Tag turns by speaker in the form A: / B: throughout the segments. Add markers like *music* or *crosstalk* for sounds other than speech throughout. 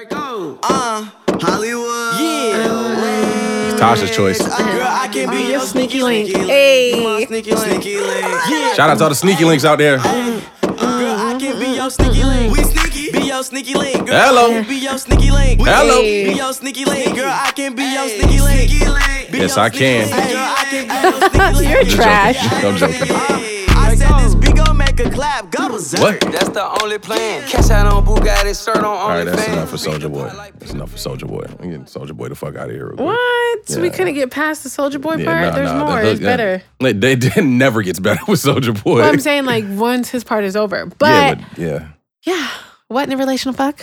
A: Draco.
B: Uh, Hollywood.
C: Yeah.
D: Tasha's choice.
B: Girl, I can be Oh, your sneaky link.
C: Hey.
B: You my Sneaky, sneaky link. Yeah.
D: Shout out to all the sneaky links out there.
B: Girl, I can be your sneaky link. We sneaky. Be your sneaky link. Girl,
D: Hello.
B: I can Be your sneaky link. We
D: Hello.
B: Be your sneaky link. Girl, I can be your sneaky link. Be
D: Yes,
B: your
D: I
B: sneaky
D: can.
B: link. Girl, I can *laughs* be your sneaky
C: You're
B: link.
C: trash.
D: I'm joking.
B: I said this beat gon' make a clap. Go berserk.
D: What?
A: That's the only plan. Cash out on Bugatti, shirt on
D: All right,
A: OnlyFans.
D: that's enough for Soldier Boy. That's enough for Soldier Boy. I'm getting Soldier Boy the fuck out of here. Real quick.
C: What? We
D: Yeah.
C: couldn't get past the Soldier Boy part.
D: Yeah, nah,
C: There's
D: nah, the
C: more.
D: hook- *laughs*
C: It's better.
D: They, they, they never gets better with Soldier Boy.
C: Well, I'm saying like once his part is over.
D: *laughs* yeah,
C: But yeah,
D: but, yeah.
C: what in a relational fuck?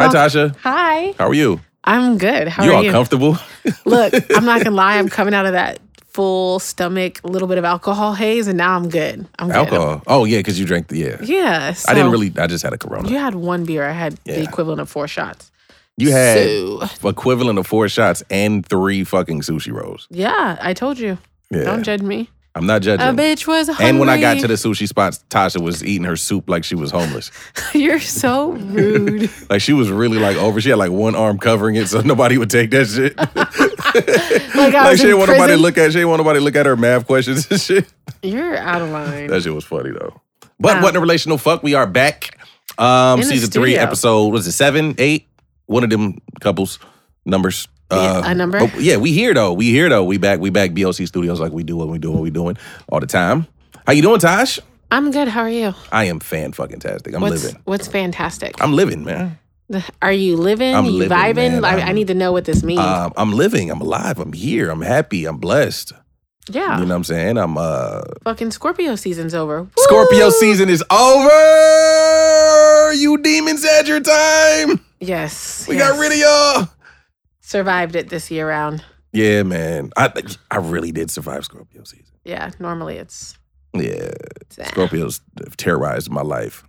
D: Hi,
C: Well-
D: Tasha.
C: Hi,
D: How are you?
C: I'm good. How
D: you
C: are
D: all
C: you? *laughs*
D: comfortable?
C: Look, I'm not gonna lie. I'm coming out of that full stomach, little bit of alcohol haze, and now I'm good. I'm
D: *laughs*
C: good.
D: Alcohol. Oh yeah, because you drank the yeah.
C: Yeah.
D: I
C: so-
D: didn't really. I just had a Corona.
C: You had one beer. I had the
D: Yeah.
C: equivalent of four shots.
D: You had
C: So-
D: equivalent of four shots and three fucking sushi rolls.
C: Yeah, I told you.
D: Yeah,
C: Don't judge me.
D: I'm not judging.
C: A bitch was hungry.
D: and when I got to the sushi spots, Tasha was eating her soup like she was homeless.
C: *laughs*
D: *laughs*
C: you're so rude.
D: Like she was really like over. She had like one arm covering it, so *laughs* nobody would take that
C: *laughs*
D: shit.
C: Like I
D: like
C: was
D: she
C: in
D: didn't want nobody
C: prison.
D: to look at. She didn't want nobody to look at her math questions and *laughs* shit.
C: You're out of line.
D: That shit was funny though. But
C: Wow.
D: what in a relational fuck? We are back. Um,
C: In the
D: season three,
C: studio.
D: episode was it seven, eight? One of them couples numbers. uh,
C: Yeah, a number.
D: but yeah, we here though. We here though. We back. We back. BOC Studios, like we do what we do what we doing all the time. How you doing, Taj?
C: I'm good. How are you?
D: I am fan fucking tastic. I'm
C: What's
D: living.
C: what's fantastic?
D: I'm living, man.
C: Are you living?
D: I'm
C: you
D: living,
C: vibing?
D: man.
C: I, I
D: I'm-
C: need to know what this means.
D: Um, I'm living. I'm alive. I'm here. I'm happy. I'm blessed.
C: yeah.
D: You know what I'm saying? I'm uh
C: Fucking Scorpio season's over. Woo!
D: Scorpio season is over. You demons had your time.
C: Yes.
D: We
C: yes.
D: got rid of y'all.
C: Survived it this year round.
D: Yeah, man. I I really did survive Scorpio season.
C: Yeah. Normally it's.
D: Yeah,
C: it's eh.
D: Scorpios terrorized my life.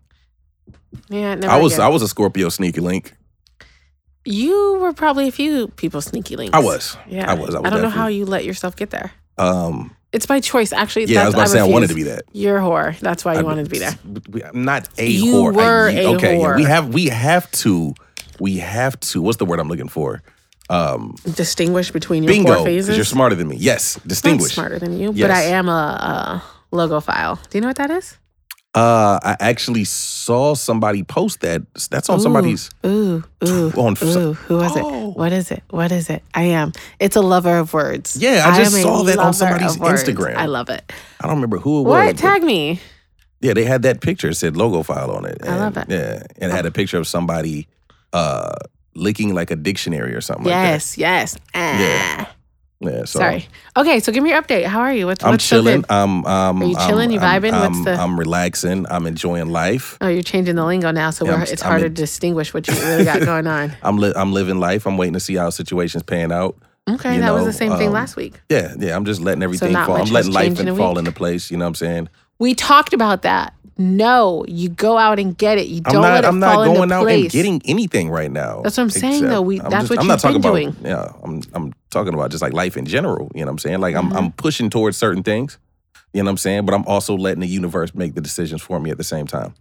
C: Yeah. Never
D: I was
C: again.
D: I was a Scorpio sneaky link.
C: You were probably a few people sneaky links.
D: I was.
C: Yeah.
D: I was. I was
C: don't know how
D: definitely-
C: you let yourself get there.
D: Um,
C: It's by choice, actually.
D: yeah, I was
C: that's,
D: about to say I wanted to be
C: refuse.
D: that.
C: You're a whore. That's why you
D: I-
C: wanted to be there.
D: I'm not a
C: You
D: whore.
C: were
D: I,
C: a
D: okay, yeah, we
C: whore.
D: have we have to we have to. What's the word I'm looking for? Um,
C: Distinguish between your
D: bingo.
C: four phases.
D: Because you're smarter than me. Yes,
C: I'm
D: distinguish.
C: smarter than you,
D: Yes.
C: but I am a, a logophile. Do you know what that is?
D: Uh, I actually saw somebody post that. That's on
C: Ooh,
D: somebody's.
C: Ooh, ooh,
D: on s-
C: ooh. Who was
D: Oh.
C: it? What is it? What is it? I am. It's a lover of words.
D: Yeah, I just
C: am a
D: saw that on
C: lover of
D: somebody's
C: words.
D: Instagram.
C: I love it.
D: I don't remember who it was.
C: What?
D: but-
C: Tag me.
D: Yeah, they had that picture. It said logo file on it.
C: I love
D: and-
C: it.
D: Yeah, and it had a picture of somebody uh licking like a dictionary or something.
C: yes, yes. Ah.
D: Yeah. Like that. Yeah. So
C: Sorry. Okay, so give me your update. How are you? What's
D: I'm
C: what's so
D: chilling.
C: good?
D: I'm. Um,
C: Are you
D: I'm-
C: chilling? You
D: I'm-
C: vibing?
D: I'm,
C: What's the-
D: I'm relaxing. I'm enjoying life.
C: Oh, you're changing the lingo now, so
D: Yeah,
C: we're,
D: I'm-
C: it's
D: I'm
C: harder
D: in-
C: to distinguish what you really
D: *laughs*
C: got going on.
D: I'm. Li- I'm living life. I'm waiting to see how situations pan out.
C: Okay,
D: You
C: that was
D: know,
C: the same thing
D: um,
C: last week.
D: Yeah, yeah. I'm just letting everything
C: Mm. not
D: fall.
C: much
D: I'm letting
C: has
D: life
C: changed in a
D: fall
C: week.
D: into place. You know what I'm saying?
C: We talked about that. No, you go out and get it. You
D: I'm
C: don't let
D: not.
C: it
D: I'm
C: fall
D: not
C: into
D: going out
C: place.
D: and getting anything right now.
C: That's what I'm saying, though. We- that's what
D: I'm
C: you've
D: not talking
C: been
D: about.
C: doing.
D: Yeah, I'm. I'm talking about just like life in general. You know what I'm saying? Like
C: Mm-hmm.
D: I'm. I'm pushing towards certain things. You know what I'm saying? But I'm also letting the universe make the decisions for me at the same time.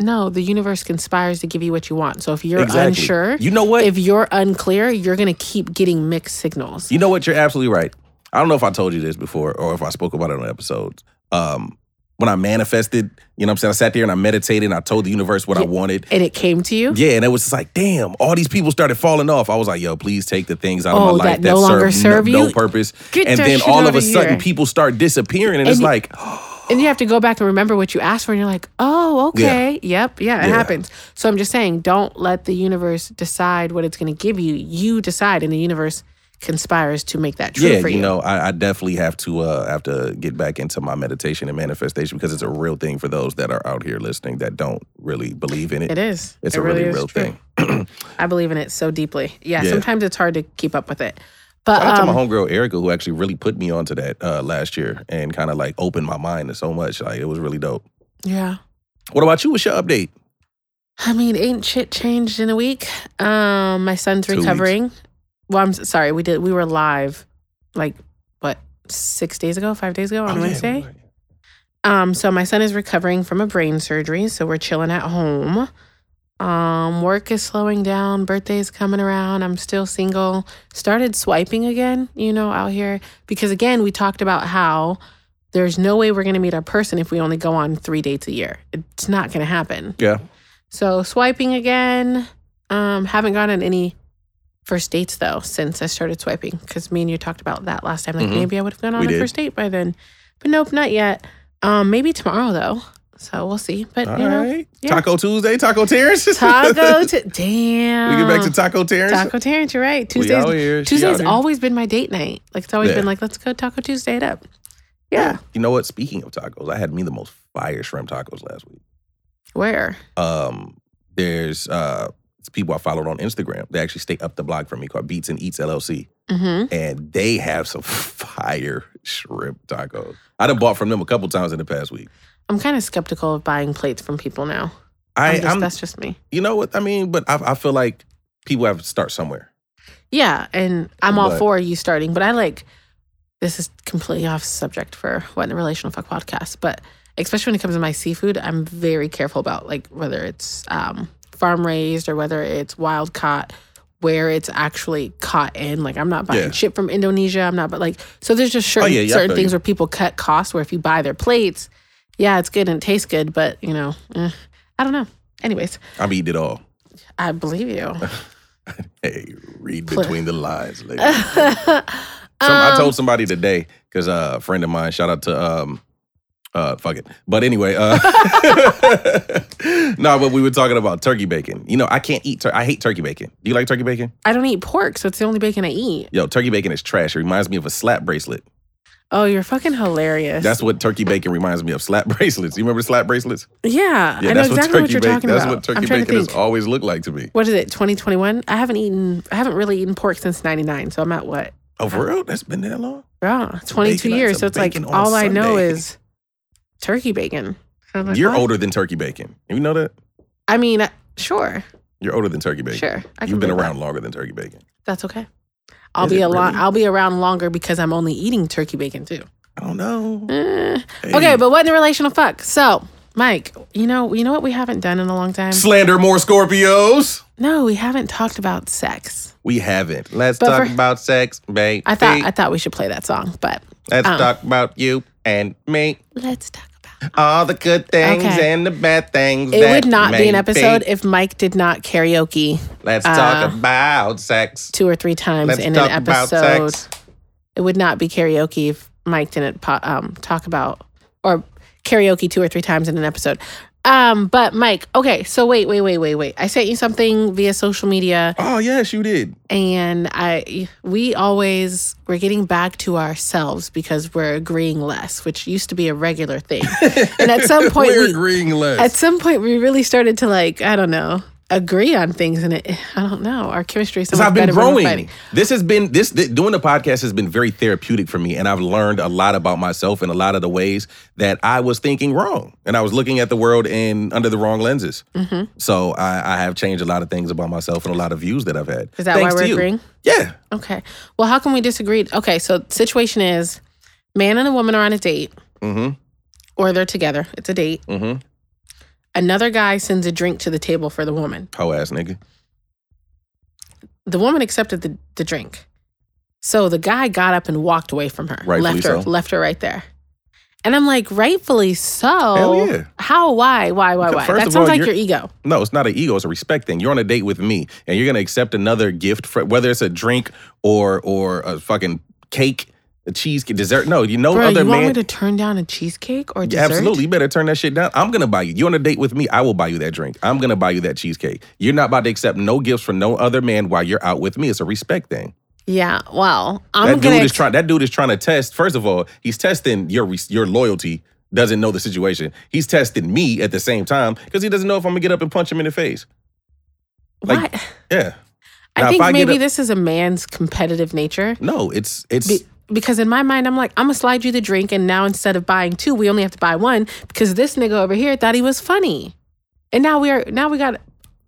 C: No, the universe conspires to give you what you want. So if you're
D: Exactly.
C: unsure,
D: You know what?
C: if you're unclear, you're gonna keep getting mixed signals.
D: You know what? You're absolutely right. I don't know if I told you this before or if I spoke about it on episodes. Um, when I manifested, you know what I'm saying? I sat there and I meditated and I told the universe what I wanted.
C: And it came to you.
D: Yeah, and it was just like, damn, all these people started falling off. I was like, yo, please take the things out
C: Oh,
D: of my life
C: that no longer serve
D: no, no
C: you?
D: purpose.
C: Get
D: and
C: that
D: then
C: shit
D: all
C: out
D: of a
C: of
D: sudden,
C: here.
D: people start disappearing, and, it's
C: And-
D: like,
C: And you have to go back and remember what you asked for, and you're like, oh, okay. Yep, yeah, it
D: Yeah.
C: happens. So I'm just saying, don't let the universe decide what it's gonna give you. You decide, and the universe conspires to make that *gasps* true
D: yeah,
C: for you.
D: you know, I, I definitely have to uh, have to get back into my meditation and manifestation because it's a real thing for those that are out here listening that don't really believe in it.
C: it is.
D: It's
C: It
D: a really,
C: is
D: real
C: true.
D: thing.
C: I believe in it so deeply. Yeah,
D: Yeah.
C: sometimes it's hard to keep up with it. But
D: Shout out
C: um,
D: to my homegirl Erica, who actually really put me onto that uh, last year and kind of like opened my mind to so much. Like it was really dope.
C: yeah.
D: What about you? What's your update?
C: I mean, ain't shit changed in a week. Um, my son's
D: Two weeks.
C: recovering. Well, I'm s- sorry. We did. We were live, like what, six days ago, five days ago on
D: Oh, yeah.
C: Wednesday. Um, so my son is recovering from a brain surgery, so we're chilling at home. Um, work is slowing down. Birthday's coming around. I'm still single. Started swiping again, you know, out here. Because again, we talked about how there's no way we're going to meet our person if we only go on three dates a year. It's not going to happen.
D: Yeah.
C: So swiping again. Um, haven't gone on any first dates though since I started swiping because me and you talked about that last time. Like
D: Mhm.
C: maybe I would have gone on
D: We
C: a
D: did.
C: first date by then, but nope, not yet. Um, maybe tomorrow though. So we'll see. But
D: All
C: you know,
D: right.
C: yeah.
D: Taco Tuesday, Taco *laughs* Terrence.
C: Taco. T- damn.
D: we get back to Taco Terrence.
C: Taco Terrence. You're right.
D: We out
C: Tuesdays.
D: here. She out
C: Tuesday's
D: here.
C: always been my date night. Like it's always
D: Yeah.
C: been like let's go Taco Tuesday it up. Yeah.
D: You know what? Speaking of tacos, I had me the most fire shrimp tacos last week.
C: Where?
D: Um, there's uh it's people I followed on Instagram. They actually stay up the block from me called Beats and Eats LLC.
C: Mm-hmm.
D: And they have some *laughs* fire shrimp tacos. I done bought from them a couple times in the past week.
C: I'm kind of skeptical of buying plates from people now.
D: I,
C: I'm just,
D: I'm,
C: that's just me.
D: you know what I mean, but I, I feel like people have to start somewhere.
C: Yeah, and I'm all
D: But-
C: for you starting, but I like this is completely off subject for what the relational fuck podcast, but especially when it comes to my seafood, I'm very careful about like whether it's um, farm raised or whether it's wild caught, where it's actually caught in. Like I'm not buying
D: Yeah. Oh,
C: shit from Indonesia. I'm not, but like so there's just certain
D: yeah, yeah, I
C: certain
D: feel
C: things
D: you.
C: where people cut costs. Where if you buy their plates, yeah, it's good and it tastes good, but you know, eh, I don't know. Anyways,
D: I'm eating it all.
C: I
D: *laughs*
C: believe you.
D: Hey, read
C: Pl-
D: between the
C: *laughs*
D: lines, lady. Some, I
C: Um,
D: told somebody today because uh, a friend of mine, shout out to um, uh, fuck it. But anyway, uh, *laughs* no, but we were talking about turkey bacon. You know, I can't eat. Tur- I hate turkey bacon. Do you like turkey bacon?
C: I don't eat pork, so it's the only bacon I eat.
D: Yo, turkey bacon is trash. It reminds me of a slap bracelet.
C: Oh, you're fucking hilarious.
D: That's what turkey bacon reminds me of. Slap *laughs* bracelets. You remember slap bracelets?
C: yeah, I know exactly what you're
D: bacon.
C: talking
D: That's
C: about.
D: what turkey
C: I'm trying
D: bacon
C: to
D: has
C: think.
D: always looked like to me.
C: What is it? 2021? I haven't eaten. I haven't really eaten pork since '99, so I'm at what?
D: Oh, for real? That's been that long?
C: Yeah, 22
D: bacon-
C: years.
D: it's a
C: So it's like
D: bacon on
C: all I know
D: Sunday.
C: is turkey bacon. So I'm like,
D: You're
C: what?
D: older than turkey bacon. You know that?
C: I mean, I- sure,
D: You're older than turkey bacon.
C: sure. I can
D: You've been
C: believe that.
D: around longer than turkey bacon.
C: That's okay. I'll
D: Is
C: be
D: it
C: a lot.
D: really?
C: I'll be around longer because I'm only eating turkey bacon too.
D: I don't know.
C: Eh.
D: Hey.
C: Okay, but what in the relational fuck? So, Mike, you know, you know what we haven't done in a long time?
D: slander more Scorpios.
C: No, we haven't talked about sex.
D: We haven't. Let's
C: But
D: talk
C: for-
D: about sex, baby.
C: I thought I thought we should play that song, but
D: Let's
C: um,
D: talk about you and me.
C: let's talk about.
D: All the good things
C: Okay.
D: and the bad things.
C: It
D: that
C: would not be an
D: may
C: episode if Mike did not karaoke
D: Let's
C: uh,
D: talk about sex.
C: two or three times
D: Let's
C: in
D: talk
C: an
D: about
C: episode.
D: sex.
C: It would not be karaoke if Mike didn't po- um, talk about or karaoke two or three times in an episode. Um, but Mike, okay, so wait, wait, wait, wait, wait. I sent you something via social media,
D: Oh yes, you did.
C: and I we always we're getting back to ourselves because we're agreeing less, which used to be a
D: *laughs*
C: regular thing. and at some point,
D: We're
C: we,
D: agreeing less.
C: at some point we really started to like i don't know agree on things and it i don't know our chemistry is so
D: Because
C: much
D: I've been
C: better when we're
D: growing.
C: fighting.
D: This has been this th- doing the podcast has been very therapeutic for me, and I've learned a lot about myself and a lot of the ways that I was thinking wrong, and I was looking at the world in under the wrong lenses.
C: Mm-hmm.
D: So I, I have changed a lot of things about myself and a lot of views that I've had.
C: Is that
D: Thanks
C: why
D: to
C: we're
D: you.
C: agreeing?
D: Yeah,
C: okay well how can we disagree okay so the situation is man and a woman are on a date
D: Mm-hmm,
C: or they're together it's a date
D: Mhm.
C: another guy sends a drink to the table for the woman
D: hoe ass nigga.
C: the woman accepted the, the drink so the guy got up and walked away from her
D: Rightfully
C: left her
D: so.
C: left her right there and i'm like rightfully so
D: Hell yeah.
C: how why why why why
D: First
C: that
D: of
C: sounds
D: all,
C: like
D: you're-
C: your ego
D: No, it's not an ego. It's a respect thing. You're on a date with me, and you're gonna accept another gift, for, whether it's a drink or or a fucking cake, a cheesecake, dessert. No, you know
C: Bro,
D: other
C: you
D: man.
C: want me to turn down a cheesecake or
D: Yeah,
C: dessert?
D: Absolutely. You better turn that shit down. I'm gonna buy you. You on a date with me, I will buy you that drink. I'm gonna buy you that cheesecake. You're not about to accept no gifts from no other man while you're out with me. It's a respect thing.
C: Yeah. Well, I'm
D: That
C: gonna.
D: dude is
C: ex-
D: trying that dude is trying to test. First of all, he's testing your re- your loyalty, doesn't know the situation. He's testing me at the same time because he doesn't know if I'm gonna get up and punch him in the face. like-
C: What?
D: Yeah. Now, if
C: I think
D: I get
C: maybe
D: a-
C: this is a man's competitive nature.
D: No, it's it's
C: Be- because in my mind, I'm like, I'm gonna slide you the drink, and now instead of buying two, we only have to buy one because this nigga over here thought he was funny, and now we are now we got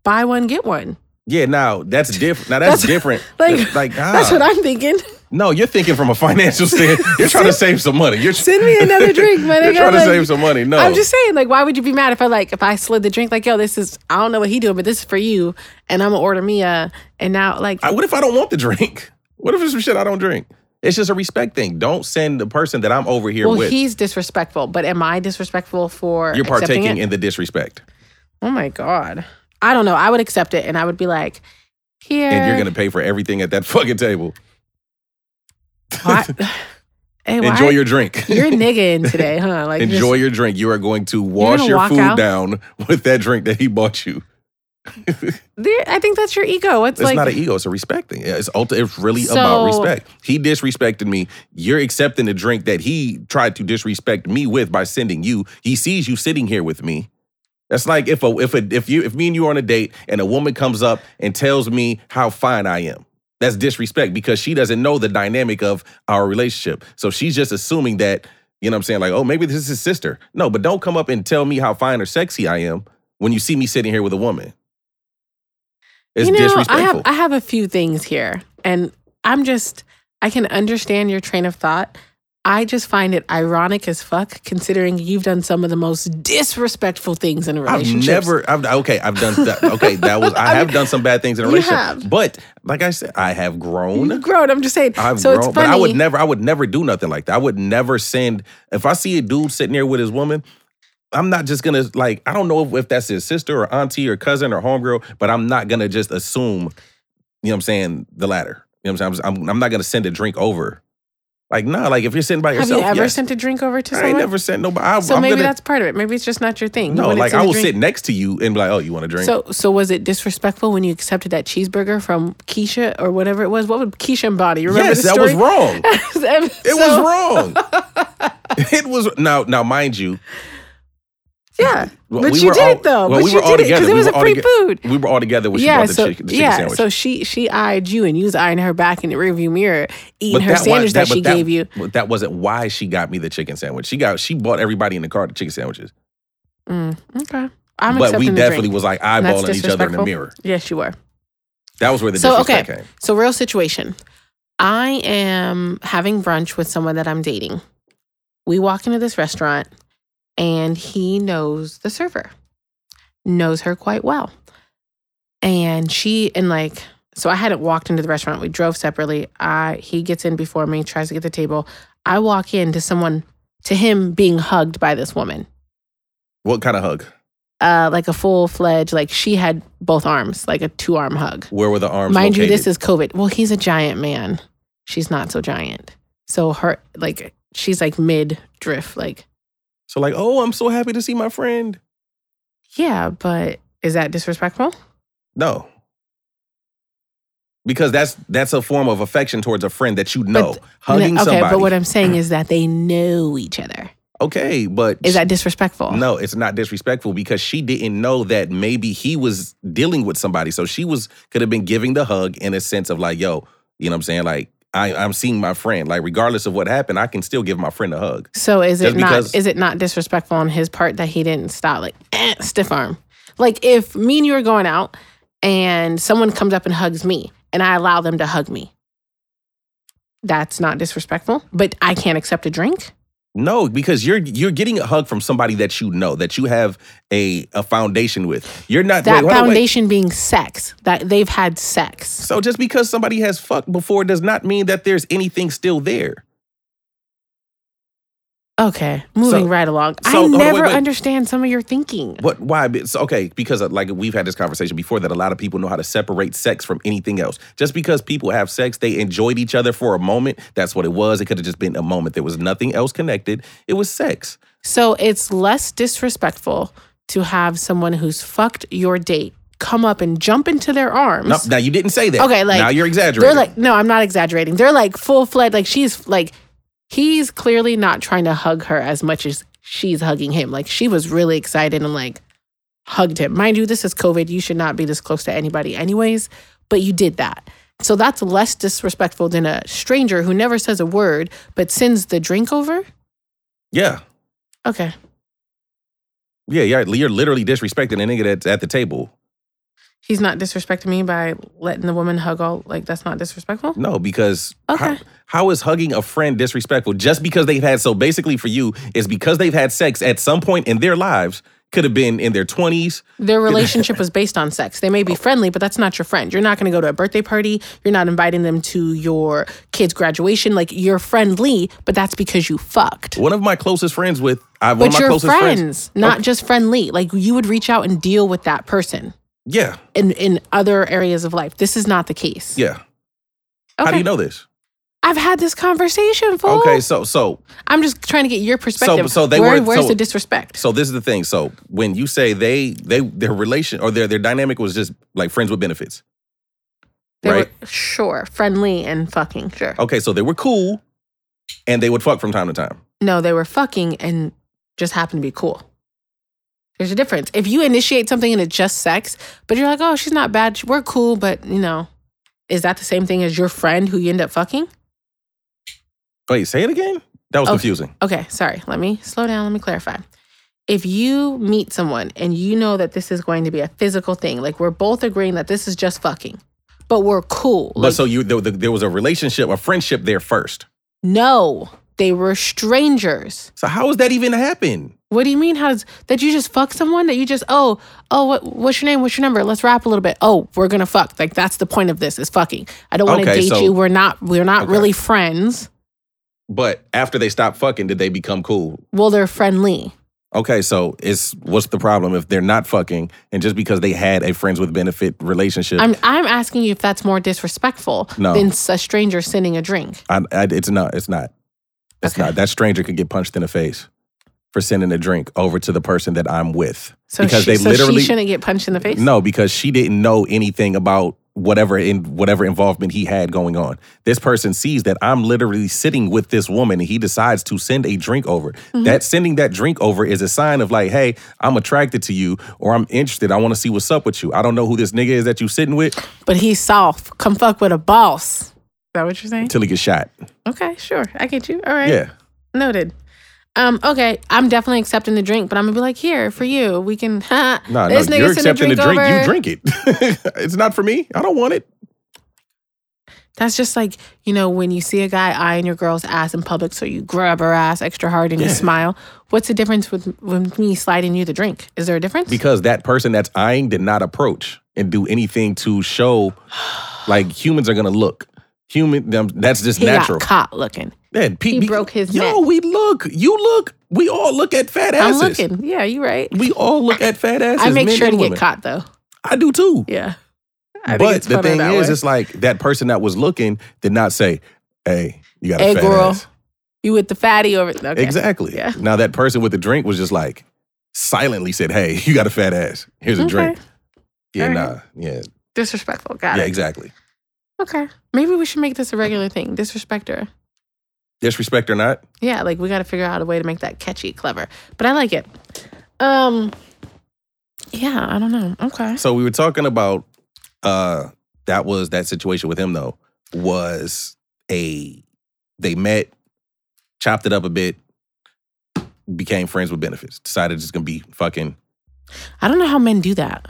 C: buy one get one.
D: Yeah, now that's different. Now that's,
C: *laughs* That's-
D: different.
C: Like,
D: like ah,
C: that's what I'm thinking. *laughs*
D: no, you're thinking from a financial *laughs* standpoint. You're trying to save some money. You're
C: Send me another drink,
D: *laughs*
C: my
D: You're
C: nigga.
D: trying to
C: Like,
D: save some money. No,
C: I'm just saying, like, why would you be mad if I like if I slid the drink like, yo, this is I don't know what he doing, but this is for you, and I'm gonna order me a and now like
D: I, what if I don't want the drink? *laughs* What if it's some shit I don't drink? It's just a respect thing. Don't send the person that I'm over here
C: well
D: with.
C: he's disrespectful, but am I disrespectful for
D: You're
C: accepting
D: partaking
C: it?
D: in the disrespect,
C: Oh my god, I don't know. I would accept it, and I would be like, here,
D: and you're gonna *laughs* pay for everything at that fucking table.
C: why- Hey, why-
D: Enjoy your drink.
C: *laughs*
D: *laughs*
C: You're nigging today, huh? Like just-
D: Enjoy your drink. You are going to wash
C: gonna
D: your
C: walk
D: food
C: out?
D: down *laughs* with that drink that he bought you.
C: there- I think that's your ego. It's,
D: It's
C: like
D: not an ego. It's a respect thing. It's ulti- It's really
C: So-
D: about respect. He disrespected me. You're accepting the drink that he tried to disrespect me with by sending you. He sees you sitting here with me. That's like if a if a if you if me and you are on a date and a woman comes up and tells me how fine I am. That's disrespect because she doesn't know the dynamic of our relationship. So she's just assuming that you know what I'm saying. Like, oh, maybe this is his sister. No, but don't come up and tell me how fine or sexy I am when you see me sitting here with a woman. It's
C: you know,
D: disrespectful.
C: I have I have a few things here, and I'm just I can understand your train of thought. I just find it ironic as fuck, considering you've done some of the most disrespectful things in a
D: I've
C: relationship.
D: never. I've okay. I've done. That, okay, that
C: *laughs*
D: was. I, have done some bad things in a
C: you
D: relationship,
C: have.
D: but like I said, I have grown.
C: grown. I'm just saying.
D: I've
C: so
D: grown,
C: it's
D: but
C: funny.
D: I would never. I would never do nothing like that. I would never send. If I see a dude sitting there with his woman. I'm not just gonna like I don't know if, if that's his sister or auntie or cousin or homegirl, but I'm not gonna just assume, you know what I'm saying, the latter. You know what I'm saying? I'm, I'm, I'm not gonna send a drink over. Like, nah, like if you're sitting by
C: have
D: yourself,
C: you ever
D: yes.
C: sent a drink over to
D: I
C: someone?
D: ain't never sent nobody. I,
C: so
D: I'm
C: maybe
D: gonna,
C: that's part of it. Maybe it's just not your thing. You
D: no,
C: wouldn't
D: like
C: send
D: I
C: a
D: will
C: drink.
D: sit next to you and be like, oh, you want a drink?
C: So, so was it disrespectful when you accepted that cheeseburger from Keisha or whatever it was? What would Keisha embody? You Remember
D: yes,
C: the
D: that
C: story?
D: was
C: *laughs*
D: wrong.
C: it
D: It was wrong.
C: *laughs*
D: it was now. Now, mind you,
C: Yeah,
D: well,
C: but
D: we
C: you
D: were
C: did
D: all-
C: it though.
D: well,
C: but
D: we
C: you
D: were all
C: did it
D: together.
C: because it
D: We
C: was
D: were
C: a
D: all
C: free
D: toge-
C: food.
D: we were all together when she
C: yeah,
D: bought the,
C: so
D: chick- the chicken
C: yeah,
D: sandwich.
C: so she she eyed you and you eyed her back in the rearview mirror, eating her
D: wa-
C: sandwich that,
D: but
C: she gave you.
D: but that wasn't why she got me the chicken sandwich. She got she bought everybody in the car the chicken sandwiches.
C: Mm, okay,
D: but
C: I'm
D: we
C: accepting the
D: definitely
C: drink.
D: was like eyeballing
C: That's
D: each other in the
C: disrespectful.
D: mirror.
C: Yes, you were.
D: That was where the
C: So,
D: disrespect
C: okay.
D: came.
C: So real situation, I am having brunch with someone that I'm dating. We walk into this restaurant, and he knows the server, knows her quite well, and she and like so I hadn't walked into the restaurant. We drove separately. I he gets in before me, tries to get the table. I walk in to someone to him being hugged by this woman,
D: What kind of hug?
C: uh, like a full fledged like she had both arms, like a two arm hug.
D: Where were the arms?
C: Mind you, this
D: located?
C: is COVID. Well, he's a giant man. She's not so giant. So her like she's like mid drift. Like
D: so like, oh, I'm so happy to see my friend.
C: yeah, but is that disrespectful?
D: No. Because that's that's a form of affection towards a friend that you know. Hugging
C: okay,
D: somebody.
C: but what
D: *clears throat*
C: I'm saying is that they know each other.
D: okay, but
C: Is that disrespectful?
D: no, it's not disrespectful because she didn't know that maybe he was dealing with somebody. So she was could have been giving the hug in a sense of like, yo, you know what I'm saying? Like, I, I'm seeing my friend. Like, regardless of what happened, I can still give my friend a hug.
C: So is it
D: Just because-
C: not is it not disrespectful on his part that he didn't stop like *clears throat* eh, stiff arm? Like if me and you are going out and someone comes up and hugs me and I allow them to hug me. That's not disrespectful, but I can't accept a drink.
D: No, because you're you're getting a hug from somebody that you know, that you have a a foundation with. You're not
C: that
D: wait, hold on, wait.
C: foundation being sex that they've had sex
D: So just because somebody has fucked before does not mean that there's anything still there.
C: okay moving
D: So-
C: right along
D: so-
C: i
D: hold on, wait,
C: never
D: wait.
C: understand some of your thinking
D: What? Why? It's okay, because uh, like we've had this conversation before that a lot of people know how to separate sex from anything else. Just because people have sex, they enjoyed each other for a moment. That's what it was. It could have just been a moment. There was nothing else connected. It was sex.
C: so it's less disrespectful to have someone who's fucked your date come up and jump into their arms
D: No, now you didn't say that.
C: Okay, like,
D: now you're exaggerating.
C: they're like no i'm not exaggerating they're like full-fledged like she's like he's clearly not trying to hug her as much as she's hugging him like she was really excited and like hugged him mind you this is covid you should not be this close to anybody anyways but you did that so that's less disrespectful than a stranger who never says a word but sends the drink over
D: yeah,
C: okay
D: yeah, yeah. You're literally disrespecting a nigga that's at the table.
C: he's not disrespecting me by letting the woman hug all like that's not disrespectful.
D: No, because
C: Okay.
D: how, how is hugging a friend disrespectful? Just because they've had so basically for you is because they've had sex at some point in their lives. Could have been in their twenties.
C: Their relationship was based on sex. They
D: Oh.
C: may be friendly, but that's not your friend. You're not going to go to a birthday party. You're not inviting them to your kid's graduation. Like you're friendly, but that's because you fucked.
D: One of my closest friends with I one of
C: But
D: my
C: you're
D: closest
C: friends,
D: friends.
C: not just friendly. Like you would reach out and deal with that person
D: Yeah,
C: in in other areas of life. This is not the case.
D: yeah. How do
C: Okay.
D: you know this?
C: I've had this conversation, fool.
D: Okay, so so
C: I'm just trying to get your perspective.
D: so they
C: Where,
D: weren't-
C: where's
D: so-
C: the disrespect?
D: so this is the thing. So when you say they they their relation or their their dynamic was just like friends with benefits.
C: They
D: right.
C: were sure, friendly and fucking sure.
D: Okay, so they were cool, and they would fuck from time to time.
C: No, they were fucking and just happened to be cool. There's a difference. If you initiate something and it's just sex, but you're like, oh, she's not bad. We're cool, but you know, is that the same thing as your friend who you end up fucking?
D: Wait, say it again. That was
C: Okay.
D: confusing.
C: Okay, sorry. Let me slow down. Let me clarify. If you meet someone and you know that this is going to be a physical thing, like we're both agreeing that this is just fucking, but we're cool.
D: but
C: like,
D: so you there, there was a relationship, a friendship there first.
C: no, they were strangers.
D: So how does that even happen?
C: What do you mean? How does that you just fuck someone that you just oh oh what what's your name? What's your number? Let's rap a little bit. Oh, we're gonna fuck. Like that's the point of this is fucking. I don't want to
D: Okay,
C: date
D: so-
C: you. We're not we're not
D: Okay.
C: really friends.
D: But after they stopped fucking, did they become cool?
C: Well, they're friendly.
D: Okay, so it's what's the problem if they're not fucking and just because they had a friends with benefit relationship?
C: I'm I'm asking you if that's more disrespectful
D: No.
C: than s- a stranger sending a drink.
D: I, I, it's not. It's not. It's
C: Okay.
D: not. That stranger could get punched in the face for sending a drink over to the person that I'm with
C: So
D: because
C: she,
D: they
C: so
D: literally
C: she shouldn't get punched in the face.
D: no because she didn't know anything about whatever in whatever involvement he had going on. This person sees that I'm literally sitting with this woman and he decides to send a drink over. That sending that drink over is a sign of like, hey, I'm attracted to you or I'm interested. I want to see what's up with you. I don't know who this nigga is that you sitting with
C: But he's soft. Come fuck with a boss. Is that what you're saying?
D: till he gets shot.
C: Okay, sure. I get you. All right.
D: Yeah.
C: Noted. Um, okay, I'm definitely accepting the drink, but I'm gonna be like, here for you. We can. *laughs* Ha,
D: No, no,
C: nigga
D: you're
C: send a
D: accepting the drink.
C: over."
D: You drink it. *laughs* it's not for me. I don't want it.
C: That's just like you know when you see a guy eyeing your girl's ass in public, so you grab her ass extra hard and you smile. What's the difference with with me sliding you the drink? Is there a difference?
D: Because that person that's eyeing did not approach and do anything to
C: *sighs*
D: show, like humans are gonna look. Human, them- that's just
C: he
D: natural.
C: got caught looking.
D: Yeah, pe-
C: He
D: be-
C: broke his
D: Yo,
C: neck.
D: we look. You look. We all look at fat
C: I'm
D: asses.
C: looking. Yeah, you right.
D: We all look at fat asses.
C: I make
D: men
C: sure to
D: and
C: get
D: women.
C: caught though.
D: I do too.
C: Yeah. I think
D: but
C: it's
D: the
C: funner
D: thing
C: that
D: is,
C: way.
D: it's like that person that was looking did not say, "Hey, you got a
C: Hey,
D: fat
C: girl.
D: ass."
C: you with the fatty over. Okay.
D: Exactly.
C: Yeah.
D: Now that person with the drink was just like silently said, "Hey, *laughs* you got a fat ass. Here's a
C: Okay.
D: drink." Yeah,
C: All right.
D: nah. Yeah.
C: Disrespectful. Got
D: Yeah,
C: it.
D: exactly.
C: Okay. Maybe we should make this a regular thing. Disrespect her.
D: Disrespect or not?
C: Yeah, like we got to figure out a way to make that catchy, clever. But I like it. Um, yeah, I don't know. Okay,
D: So we were talking about uh that was that situation with him though was a they met, chopped it up a bit, became friends with benefits, decided it's gonna be fucking
C: I don't know how men do that.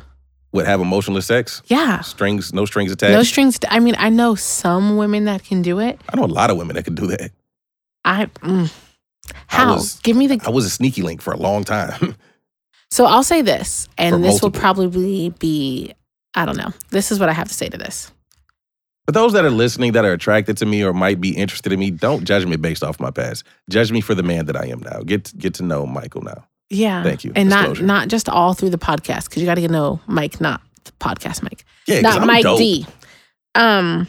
D: would have emotionless sex,
C: Yeah,
D: strings, no strings attached.
C: Ah. no strings. I mean, I know some women that can do it.
D: I know a lot of women that could do that.
C: I mm. how
D: was-
C: give me the
D: I was a sneaky link for a long time. *laughs*
C: So I'll say this,
D: For
C: and this will
D: multiple.
C: probably be I don't know. This is what I have to say to this.
D: For those that are listening that are attracted to me or might be interested in me, don't judge me based off my past. Judge me for the man that I am now. Get get to know Michael now.
C: Yeah,
D: Thank you.
C: and not
D: Disclosure.
C: not just all through the podcast because you got to know Mike, not the podcast Mike.
D: Yeah, 'cause
C: not
D: I'm
C: Mike
D: dope.
C: D. Um,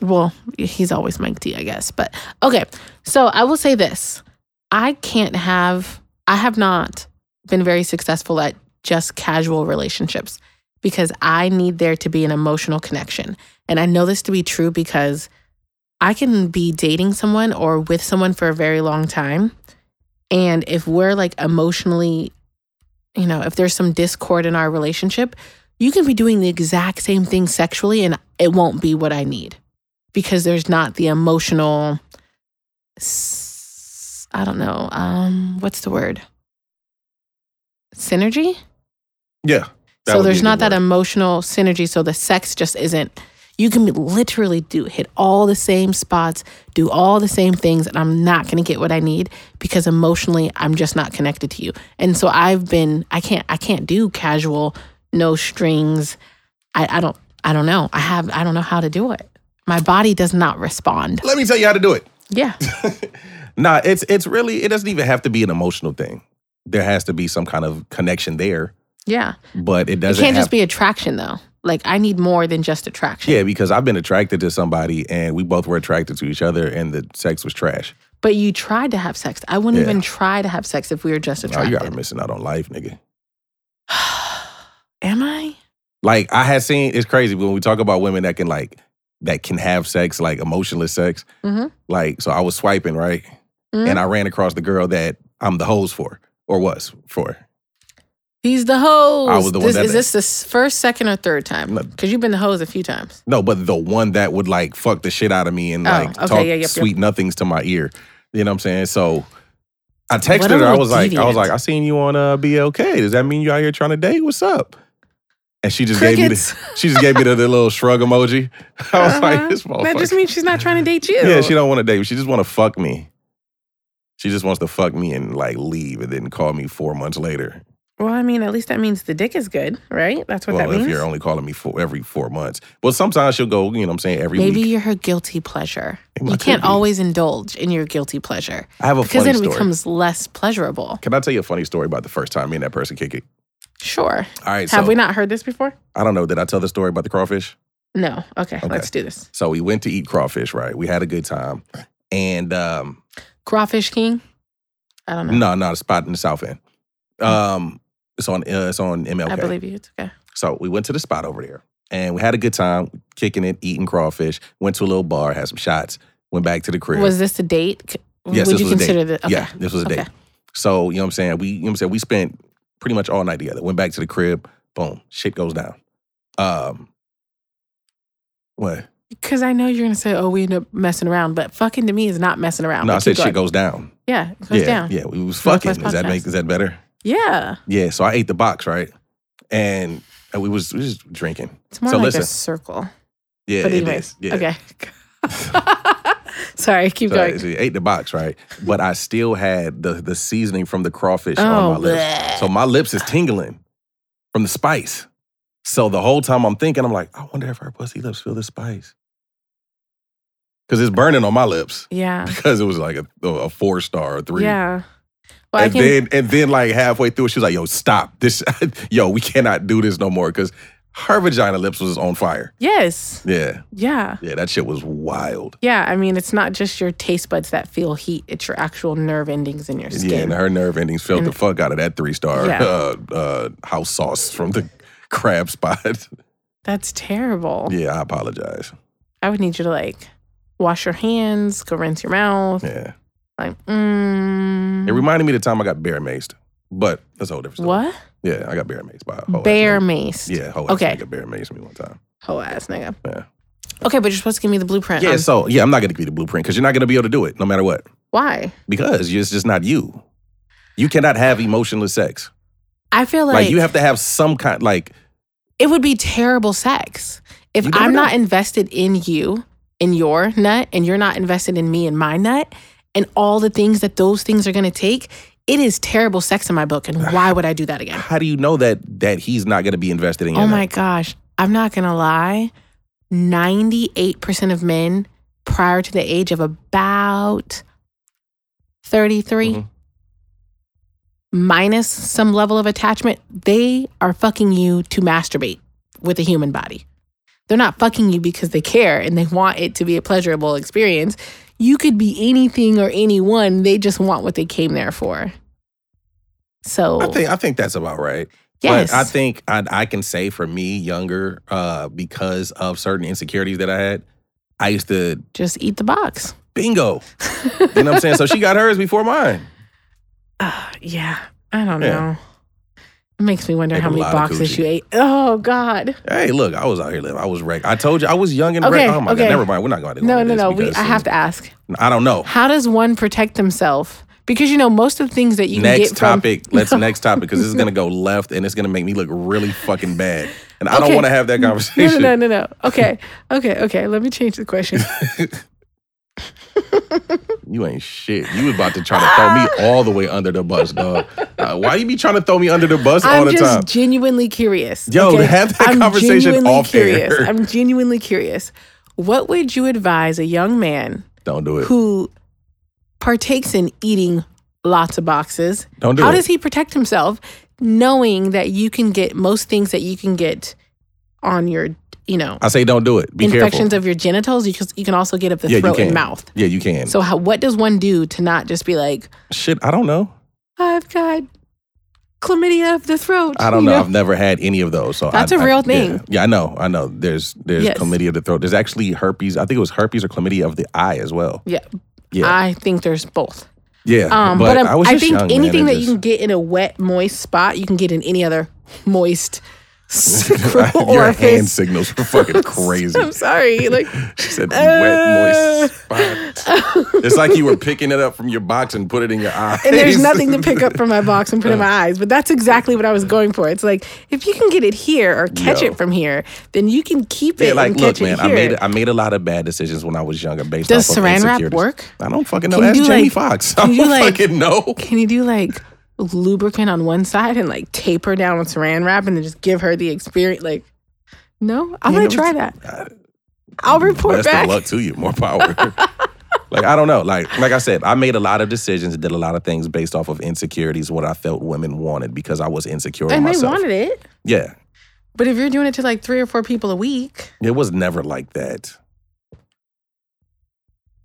C: well, he's always Mike D, I guess. But okay, so I will say this: I can't have, I have not been very successful at just casual relationships because I need there to be an emotional connection, and I know this to be true because I can be dating someone or with someone for a very long time, and if we're like emotionally, you know, if there's some discord in our relationship, you can be doing the exact same thing sexually and it won't be what I need because there's not the emotional s- I don't know um what's the word synergy
D: Yeah. That
C: so
D: would be a
C: there's
D: good
C: not that
D: word.
C: emotional synergy. So the sex just isn't. You can literally do hit all the same spots, do all the same things, and I'm not gonna get what I need because emotionally I'm just not connected to you. And so I've been I can't I can't do casual, no strings. I, I don't I don't know. I have I don't know how to do it. My body does not respond.
D: Let me tell you how to do it.
C: Yeah.
D: Nah, it's it's really it doesn't even have to be an emotional thing. There has to be some kind of connection there,
C: Yeah.
D: but it
C: It
D: doesn't.
C: can't just
D: have-
C: be attraction though. Like I need more than just attraction.
D: Yeah, because I've been attracted to somebody, and we both were attracted to each other, and the sex was trash.
C: But you tried to have sex. I wouldn't
D: Yeah.
C: even try to have sex if we were just
D: Oh, you
C: attracted.
D: are missing out on life, nigga.
C: Am I?
D: Like I had seen, it's crazy when we talk about women that can like that can have sex, like emotionless sex.
C: Mhm.
D: Like, so I was swiping right,
C: Mhm.
D: and I ran across the girl that I'm the hose for, or was for.
C: He's the hose.
D: I was the one
C: this,
D: that-
C: is this the s- first, second, or third time?
D: No.
C: Because you've been the hose a few times.
D: No, but the one that would like fuck the shit out of me and
C: Oh,
D: like
C: okay,
D: talk
C: yeah, yep,
D: sweet nothings to my ear. You know what I'm saying? So I
C: What
D: texted
C: a
D: her. I
C: little
D: was like, I was
C: deviant.
D: like, I seen you on uh, BLK. Does that mean you out here trying to date? What's up? And she just gave me
C: Crickets.
D: the, *laughs* she just gave me the, the little shrug emoji. *laughs* I was *laughs* like,
C: Uh-huh.
D: this
C: That just
D: motherfucker.
C: means she's not trying
D: *laughs*
C: to date you.
D: Yeah, she don't want to date. me. She just want to fuck me. She just wants to fuck me and like leave and then call me four months later.
C: Well, I mean, at least that means the dick is good, right? That's what
D: well,
C: that
D: if
C: means.
D: you're only calling me for every four months, well, sometimes she'll go. You know what I'm saying? Every
C: Maybe
D: week.
C: you're her guilty pleasure.
D: It
C: you
D: might
C: can't
D: be.
C: always indulge in your guilty pleasure
D: I have a
C: because
D: funny
C: then it
D: story.
C: becomes less pleasurable.
D: Can I tell you a funny story about the first time me and that person kick it?
C: Sure.
D: All right,
C: Have
D: so
C: we not heard this before?
D: I don't know. Did I tell the story about the crawfish?
C: No. Okay,
D: Okay.
C: let's do this.
D: So we went to eat crawfish, right? We had a good time, and um,
C: Crawfish King. I don't know.
D: no, not a spot in the South End. Um, it's on uh, it's on MLK.
C: Mm. I believe you. It's okay.
D: So we went to the spot over there, and we had a good time kicking it, eating crawfish. Went to a little bar, had some shots, went back to the crib.
C: Was this a date? C-
D: Yes,
C: Would
D: this
C: you
D: was a date.
C: consider that? Okay.
D: Yeah, this was a date.
C: Okay.
D: So, you know what I'm saying? We, you know what I'm saying? We spent pretty much all night together. Went back to the crib, boom, shit goes down. Um, what?
C: Because I know you're gonna say, "Oh, we end up messing around," but fucking to me is not messing around.
D: no,
C: But
D: I said
C: keep
D: shit
C: going.
D: goes down.
C: Yeah, it goes
D: yeah,
C: down.
D: yeah, we was fucking.
C: Northwest
D: Is that
C: Podcast.
D: make is that better?
C: Yeah,
D: Yeah. So I ate the box, right? And and we was we was just drinking.
C: it's more
D: so
C: like
D: listen,
C: a circle.
D: yeah,
C: But
D: it
C: anyways,
D: is. Yeah.
C: okay. *laughs* Sorry, keep
D: So I
C: going.
D: so I ate the box, right? But I still had the the seasoning from the crawfish on my
C: Oh,
D: lips.
C: bleh.
D: So my lips is tingling from the spice. So the whole time I'm thinking, I'm like, I wonder if her pussy lips feel the spice. Cause it's burning on my lips. *laughs*
C: Yeah,
D: Because it was like a, a four star or three.
C: yeah. Well, I
D: and
C: can.
D: then and then like halfway through, she was like, yo, stop. This *laughs* yo, we cannot do this no more. Cause her vagina lips was on fire.
C: yes.
D: Yeah.
C: Yeah.
D: Yeah, that shit was wild.
C: Yeah. I mean, it's not just your taste buds that feel heat; it's your actual nerve endings in your
D: Yeah,
C: skin.
D: and her nerve endings felt the fuck out of that three star
C: Yeah.
D: uh, uh, house sauce from the *laughs* crab spot. *laughs*
C: That's terrible.
D: yeah, I apologize.
C: I would need you to like wash your hands, go rinse your mouth.
D: Yeah,
C: Like, mm,
D: it reminded me of the time I got bear maced, but that's a whole different. Story.
C: what?
D: Yeah, I got bear maced by a whole ass
C: Bear
D: nigga.
C: mace.
D: Yeah, whole
C: Okay.
D: ass nigga bear maced me one time.
C: Whole ass nigga.
D: Yeah.
C: Okay, but you're supposed to give me the blueprint.
D: Yeah,
C: on
D: so yeah, I'm not gonna give you the blueprint because you're not gonna be able to do it no matter what
C: why?
D: because it's just not you. You cannot have emotionless sex.
C: I feel like,
D: Like, you have to have some kind. Like
C: it would be terrible sex if
D: You never
C: I'm
D: know.
C: not invested in you, in your nut, and you're not invested in me and my nut, and all the things that those things are gonna take. It is terrible sex in my book,
D: *sighs*
C: and why would I do that again?
D: how do you know that that he's not gonna be invested in? your
C: Oh
D: nut?
C: my gosh, I'm not gonna lie. 98% of men prior to the age of about 33,
D: Mhm.
C: minus some level of attachment, they are fucking you to masturbate with a human body. They're not fucking you because they care and they want it to be a pleasurable experience. You could be anything or anyone, they just want what they came there for. So,
D: I think I think that's about right.
C: yes.
D: But I think I, I can say for me, younger, uh, because of certain insecurities that I had, I used to
C: just eat the box.
D: bingo. you know what I'm saying? So she got hers before mine.
C: Uh, yeah, I don't
D: Yeah.
C: know. It makes me wonder
D: Ate
C: how
D: a
C: many
D: lot of
C: boxes
D: coochie.
C: you ate. Oh God!
D: Hey, look, I was out here living. I was wrecked. I told you I was young and
C: Okay,
D: wrecked. Oh my
C: okay.
D: god, never mind. We're not going to go *laughs*
C: No,
D: into
C: no,
D: this
C: no. We,
D: because,
C: I have to ask:
D: I don't know.
C: How does one protect themselves because you know most of the things that you can
D: Next
C: get from-
D: topic. Let's next topic because this is gonna go left and it's gonna make me look really fucking bad. And I don't
C: Okay.
D: want to have that
C: *laughs* No, no,
D: conversation.
C: no, no, no.
D: *laughs*
C: Okay, okay, okay. Let me change the question.
D: You ain't shit. You was about to try to
C: *laughs*
D: throw me all the way under the bus, dog. Uh, why you be trying to throw me under the bus all
C: I'm
D: the
C: just
D: time?
C: genuinely curious.
D: Yo, have that conversation
C: genuinely
D: off air.
C: curious. I'm genuinely curious. What would you advise a young man
D: Don't do it.
C: who partakes in eating lots of boxes?
D: Don't do
C: How
D: it.
C: does he protect himself knowing that you can get most things that you can get on your, you know,
D: I say don't do it. Uh, Be
C: infections
D: careful.
C: of your genitals? You can, you can also get up the
D: yeah, you
C: throat
D: can.
C: and mouth.
D: Yeah, you can.
C: So, how, what does one do to not just be like,
D: shit, I don't know.
C: I've got chlamydia of the throat?
D: I don't
C: you
D: know. I've never had any of those. So
C: That's
D: a
C: a real thing.
D: Yeah. Yeah, I know. I know. There's there's
C: Yes.
D: chlamydia of the throat. There's actually herpes. I think it was herpes or chlamydia of the eye as well.
C: Yeah.
D: Yeah.
C: I think there's both.
D: Yeah.
C: Um, but, um, I,
D: was just
C: think
D: young, man,
C: anything
D: and
C: that
D: just-
C: you can get in a wet, moist spot, you can get in any other
D: *laughs*
C: moist sacral *laughs*
D: Your hand
C: orifice.
D: signals were
C: *laughs*
D: fucking crazy.
C: I'm sorry.
D: *laughs*
C: Like,
D: She said wet, moist
C: Uh.
D: spot. It's like you were picking it up from your box and put it in your eye.
C: and there's nothing
D: *laughs*
C: to pick up from my box and put in my
D: Oh.
C: eyes, but that's exactly what I was going for. It's like if you can get it here or catch
D: Yo.
C: it from here, then you can keep it.
D: Yeah, like,
C: and
D: look,
C: catch
D: man,
C: it
D: I
C: here.
D: made I made a lot of bad decisions when I was younger based
C: Does
D: off of
C: Saran wrap
D: insecurities.
C: work?
D: I don't fucking know.
C: Can you
D: Ask
C: do,
D: Jamie
C: like-
D: Foxx. *laughs* I
C: can
D: don't
C: you, like-
D: fucking know.
C: Can you do like lubricant on one side and like tape her down with saran wrap and then just give her the experience? Like, no, I'm gonna
D: know,
C: try that. I'll report
D: Best
C: back.
D: of luck to you. More
C: *laughs*
D: power. like I don't know. Like like I said, I made a lot of decisions, did a lot of things based off of insecurities, what I felt women wanted because I was insecure
C: And they
D: myself.
C: wanted it.
D: yeah,
C: But if you're doing it to like three or four people a week,
D: it was never like that.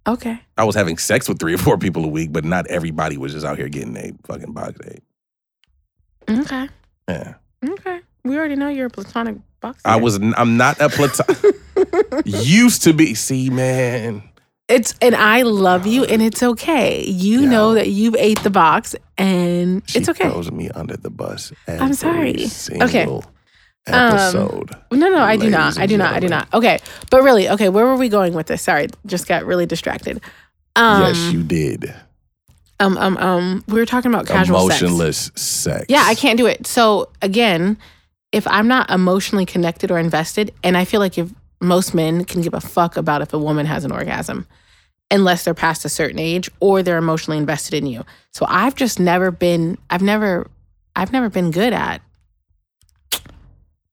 C: okay.
D: I was having sex with three or four people a week, but not everybody was just out here getting a fucking box date.
C: Okay.
D: Yeah.
C: Okay. We already know you're a platonic boxer.
D: I was. n- I'm not a
C: *laughs*
D: platonic. used to be. See, man.
C: It's and I love you and it's okay. You
D: Yeah.
C: know that you've ate the box and
D: She
C: it's okay.
D: Throws me under the bus. Every
C: I'm sorry. Okay.
D: Single
C: Um,
D: Episode.
C: No, no, I do
D: Ladies
C: not. I
D: and
C: do not. I do
D: gentlemen.
C: not. Okay. But really, okay, where were we going with this? Sorry, just got really distracted. Um,
D: yes, you did.
C: um um um we were talking about casual sex.
D: Emotionless sex.
C: Yeah, I can't do it. So again, if I'm not emotionally connected or invested, and I feel like if most men can give a fuck about if a woman has an orgasm, unless they're past a certain age or they're emotionally invested in you. So I've just never been. I've never. I've never been good at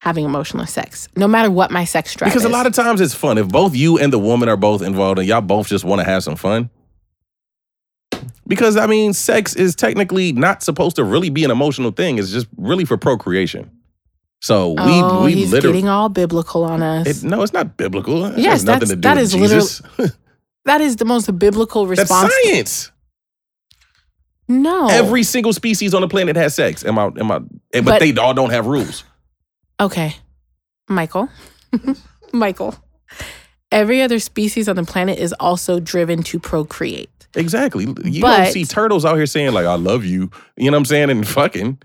C: having emotionless sex, no matter what my sex drive
D: Because a lot of times it's fun. If both you and the woman are both involved and y'all both just want to have some fun. Because I mean, sex is technically not supposed to really be an emotional thing. It's just really for procreation. So we
C: oh,
D: we
C: he's
D: literally
C: getting all biblical on us.
D: It, no, it's not biblical. It
C: Yes,
D: has nothing
C: that's-
D: to do
C: that
D: with
C: is
D: Jesus.
C: that is the most biblical
D: that's
C: response.
D: science.
C: No,
D: Every single species on the planet has sex. Am I? Am I? eh, But,
C: But-
D: they all don't have rules.
C: Okay. Michael. Michael. Every other species on the planet is also driven to procreate.
D: Exactly. You don't
C: But-
D: see turtles out here saying like "I love you." You know what I'm saying? And fucking.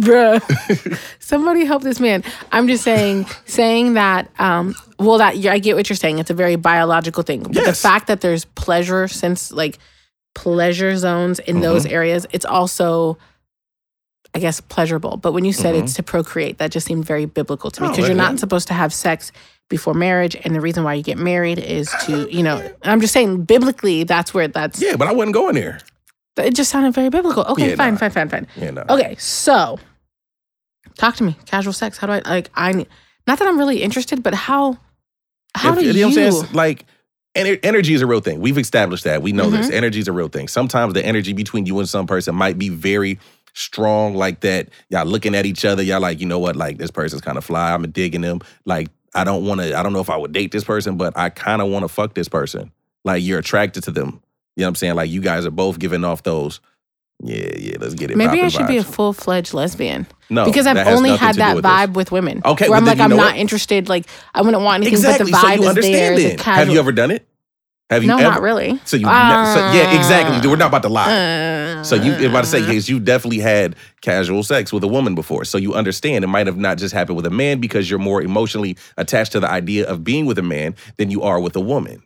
C: Bruh.
D: *laughs*
C: Somebody help this man. I'm just saying, saying that, um, well, that yeah, I get what you're saying. It's a very biological thing. But the
D: Yes.
C: fact that there's pleasure since like pleasure zones in those
D: Mm-hmm.
C: areas, it's also, I guess, pleasurable. But when you said it's to procreate, that just seemed very biblical to me
D: Mm-hmm. Oh,
C: because you're
D: yeah.
C: not supposed to have sex before marriage. And the reason why you get married is to, you know, I'm just saying biblically, that's where that's,
D: Yeah, but I wasn't going there.
C: it just sounded very biblical. Okay,
D: Yeah,
C: fine,
D: nah.
C: fine, fine, fine.
D: You know.
C: Okay, so talk to me. Casual sex. How do I like? I need- not that I'm really interested, but how? How
D: If-
C: do you?
D: know what I'm saying? It's Like, ener- energy is a real thing. We've established that. We know
C: Mm-hmm.
D: this. Energy is a real thing. Sometimes the energy between you and some person might be very strong, like that. Y'all looking at each other. Y'all like, you know what? Like, this person's kind of fly. I'm digging them. Like, I don't want to, I don't know if I would date this person, but I kind of want to fuck this person. Like, you're attracted to them. You know what I'm saying? Like, you guys are both giving off those. Yeah, yeah, let's get it.
C: Maybe I
D: poppin'
C: should be a
D: vibes.
C: full fledged lesbian
D: no,
C: because I've
D: that has
C: only
D: nothing to
C: had
D: do
C: that
D: with this.
C: vibe with women.
D: Okay,
C: where
D: well,
C: I'm
D: then
C: like
D: you
C: I'm
D: know
C: not
D: what?
C: interested. Like I wouldn't want anything
D: Exactly.
C: but the
D: so
C: vibe
D: you
C: is there.
D: understand
C: the
D: then. Have
C: casual-
D: you ever done it? Have you
C: no,
D: ever?
C: not really.
D: So you, ne- so, yeah, exactly. We're not about to lie.
C: Uh,
D: So you about to say yes, you definitely had casual sex with a woman before. So you understand it might have not just happened with a man because you're more emotionally attached to the idea of being with a man than you are with a woman.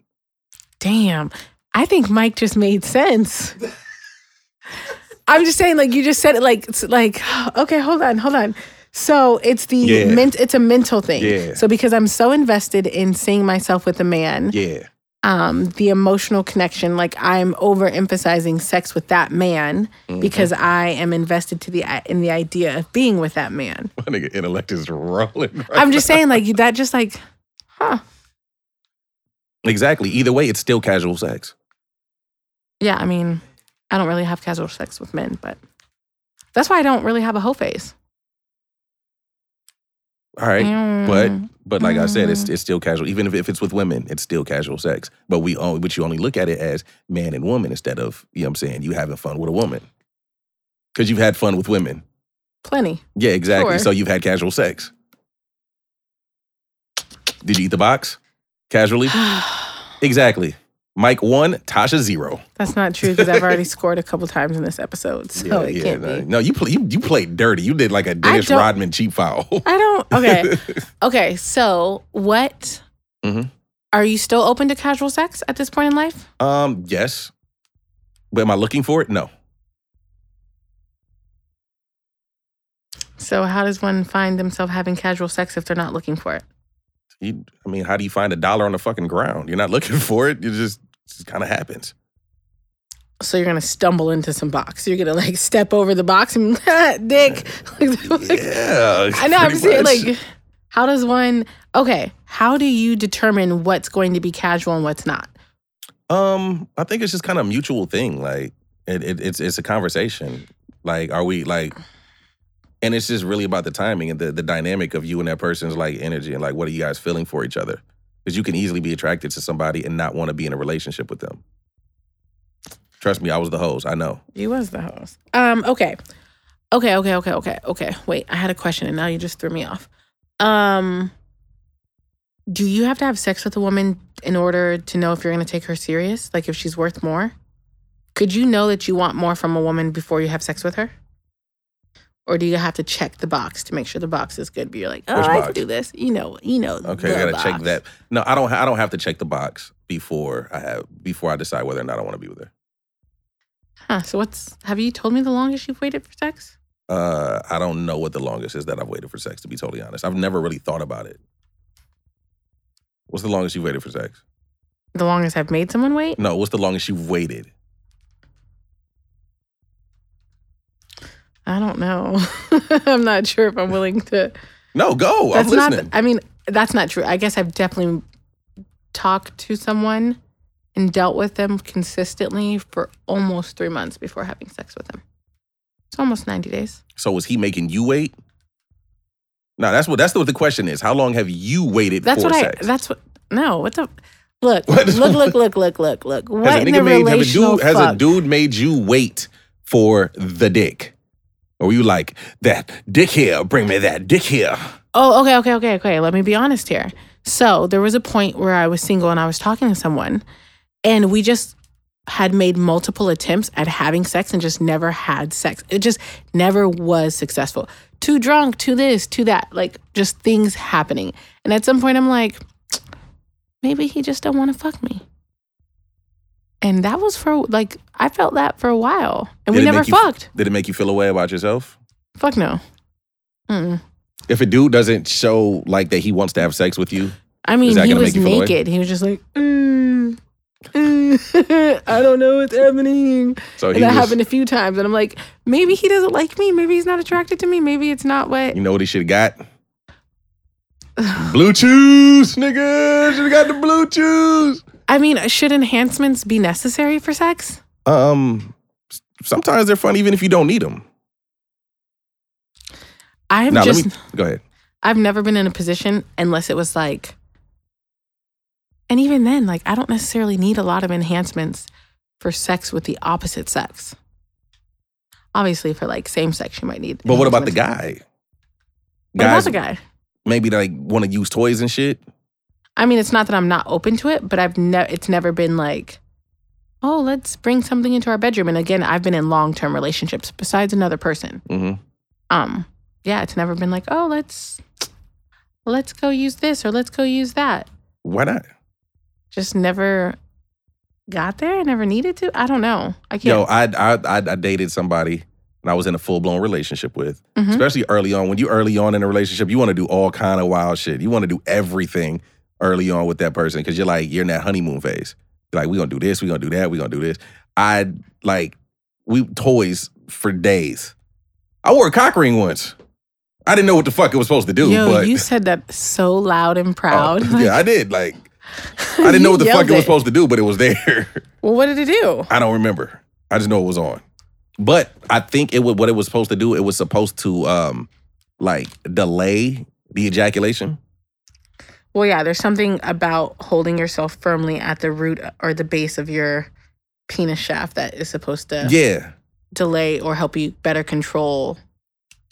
C: damn. I think Mike just made sense. I'm just saying, like you just said it, like it's like *sighs* okay, hold on, hold on. So it's the
D: Yeah.
C: ment- it's a mental thing.
D: Yeah.
C: So because I'm so invested in seeing myself with a man,
D: Yeah. *laughs*
C: um, the emotional connection, like I'm overemphasizing sex with that man
D: Mm-hmm.
C: because I am invested to the in the idea of being with that man.
D: My nigga intellect is rolling. right
C: I'm just saying, like that, just like
D: now. Exactly. Either way, it's still casual sex.
C: yeah. I mean, I don't really have casual sex with men, but that's why I don't really have a hoe face.
D: All right.
C: Mm.
D: But but like I said, it's it's still casual. Even if, if it's with women, it's still casual sex. But we only but you only look at it as man and woman instead of, you know what I'm saying, you having fun with a woman. Cause you've had fun with women.
C: plenty.
D: Yeah, exactly.
C: Sure.
D: So you've had casual sex. Did you eat the box?
C: *sighs*
D: Casually? exactly. Mike one, Tasha zero.
C: That's not true because I've already *laughs* scored a couple times in this episode, so Oh, it can't
D: no,
C: be.
D: no, you play you, you played dirty. You did like a Dennis
C: don't-
D: Rodman cheap foul. *laughs*
C: I don't. Okay, okay. So what?
D: Mhm.
C: Are you still open to casual sex at this point in life?
D: um, yes. But am I looking for it? No.
C: So how does one find themselves having casual sex if they're not looking for it?
D: You, I mean, how do you find a dollar on the fucking ground? You're not looking *laughs* for it. It just, just kind of happens.
C: So you're gonna stumble into some box. You're gonna like step over the box and *laughs* dick.
D: *laughs* Yeah.
C: I know. I'm
D: pretty
C: saying
D: much.
C: like, how does one? Okay, how do you determine what's going to be casual and what's not?
D: Um, I think it's just kind of a mutual thing. Like it, it, it's it's a conversation. Like, are we like, and it's just really about the timing and the the dynamic of you and that person's like energy and like what are you guys feeling for each other? Because you can easily be attracted to somebody and not want to be in a relationship with them. Trust me, I was the hose. I know.
C: You was the host. Um. Okay. Okay. Okay. Okay. Okay. Okay. Wait. I had a question, and now you just threw me off. Um. Do you have to have sex with a woman in order to know if you're going to take her serious? Like if she's worth more? Could you know that you want more from a woman before you have sex with her? Or do you have to check the box to make sure the box is good? But you're like, oh,
D: Which
C: I
D: box?
C: can do this. You know, you know.
D: Okay,
C: the
D: I gotta check
C: box.
D: that. No, I don't. ha- I don't have to check the box before I have before I decide whether or not I want to be with her.
C: Huh, so what's? Have you told me the longest you've waited for sex?
D: Uh, I don't know what the longest is that I've waited for sex. To be totally honest, I've never really thought about it. What's the longest you've waited for sex?
C: The longest I've made someone wait?
D: No, what's the longest you've waited?
C: I don't know. *laughs* I'm not sure if I'm willing to.
D: No, go.
C: That's
D: I'm
C: not.
D: listening.
C: I mean, that's not true. I guess I've definitely talked to someone and dealt with them consistently for almost three months before having sex with them. It's almost 90 days.
D: so was he making you wait? No, that's what that's what the question is. How long have you waited
C: That's
D: for
C: what
D: sex?
C: I. That's what. No. What the.
D: *laughs*
C: Look,
D: What
C: look,
D: is-
C: look, look, look, look, look.
D: has
C: What
D: a
C: in the
D: nigga made has a
C: relational
D: dude has a
C: fuck?
D: dude made you wait for the dick? Or were you like that dick here? Bring me that dick here.
C: Oh, okay, okay, okay, okay. Let me be honest here. So there was a point where I was single and I was talking to someone, and we just had made multiple attempts at having sex and just never had sex. It just never was successful. Too drunk, too this, too that, like just things happening. And at some point, I'm like, maybe he just don't want to fuck me. And that was for like I felt that for a while, and we
D: Did it
C: never
D: make you-
C: fucked.
D: Did it make you feel a way about yourself?
C: Fuck no. Mm.
D: If a dude doesn't show like that he wants to have sex with you,
C: I mean,
D: that
C: he
D: gonna
C: was
D: make you feel away?
C: naked. He was just like, mm, mm, *laughs* I don't know what's happening.
D: so he
C: and that
D: was-
C: happened a few times. And I'm like, maybe he doesn't like me. Maybe he's not attracted to me. Maybe it's not what.
D: you know what he should
C: *sighs*
D: have got? blue chews, nigga. Should have got the blue chews.
C: I mean, should enhancements be necessary for sex?
D: Um, s- sometimes they're fun even if you don't need them.
C: I've
D: Now let
C: just,
D: me go ahead.
C: I've never been in a position unless it was like, and even then, like, I don't necessarily need a lot of enhancements for sex with the opposite sex. Obviously, for like same sex, you might need.
D: But what about the
C: enhancements.
D: guy?
C: What about the guy?
D: maybe like want to use toys and shit.
C: I mean, it's not that I'm not open to it, but I've never it's never been like, oh, let's bring something into our bedroom. And again, I've been in long term relationships besides another person.
D: Mhm.
C: Um, yeah, it's never been like, oh, let's let's go use this or let's go use that.
D: Why not?
C: Just never got there. I never needed to. I don't know. I can't.
D: Yo, I, I I I dated somebody and I was in a full blown relationship with,
C: Mhm.
D: especially early on. When you early on in a relationship, you want to do all kind of wild shit. You want to do everything early on with that person because you're like you're in that honeymoon phase. You're like we gonna do this, we gonna do that, we gonna do this. I like we toys for days. I wore a cock ring once. I didn't know what the fuck it was supposed to do,
C: Yo,
D: but
C: you said that so loud and proud.
D: *laughs*
C: *laughs*
D: Oh, yeah, I did. Like I didn't know what the fuck it was supposed to do, but it was there. *laughs*
C: Well, what did it do?
D: I don't remember. I just know it was on. But I think it was what it was supposed to do. It was supposed to um like delay the ejaculation.
C: Well, yeah, there's something about holding yourself firmly at the root or the base of your penis shaft that is supposed to
D: Yeah,
C: delay or help you better control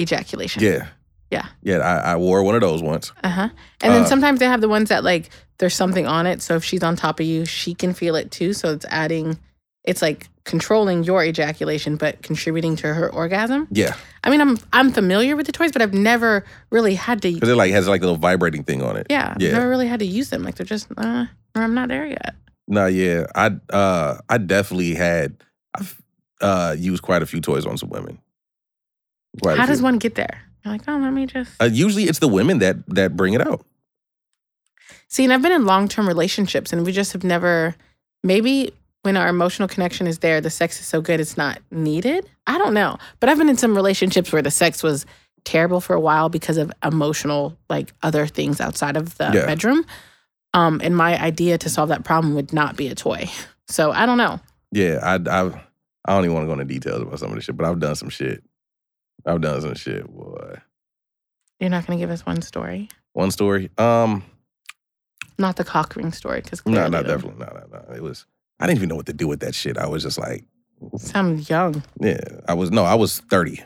C: ejaculation.
D: yeah,
C: Yeah.
D: yeah. I, I wore one of those once.
C: Uh-huh. And then
D: Uh,
C: sometimes they have the ones that like there's something on it. So if she's on top of you, she can feel it too. So it's adding it's like controlling your ejaculation but contributing to her orgasm.
D: Yeah,
C: I mean, I'm I'm familiar with the toys, but I've never really had to
D: because it like has like a little vibrating thing on it.
C: Yeah, I've
D: Yeah.
C: never really had to use them. Like they're just uh I'm not there yet.
D: No, yeah. I uh I definitely had I've uh used quite a few toys on some women. Quite a
C: How does
D: few.
C: one get there? You're like, oh, let me just
D: Uh, usually it's the women that that bring it out.
C: See, and I've been in long term relationships and we just have never, maybe when our emotional connection is there, the sex is so good it's not needed. I don't know. But I've been in some relationships where the sex was terrible for a while because of emotional, like other things outside of the
D: Yeah.
C: bedroom. Um, and my idea to solve that problem would not be a toy. So I don't know.
D: Yeah, I I I don't even want to go into details about some of this shit, but I've done some shit. I've done some shit, boy.
C: You're not going to give us one story,
D: One story. Um,
C: not the cock ring story, because
D: no, no, definitely, no, no, no. It was. I didn't even know what to do with that shit. I was just like,
C: Some young.
D: yeah. I was no, I was thirty.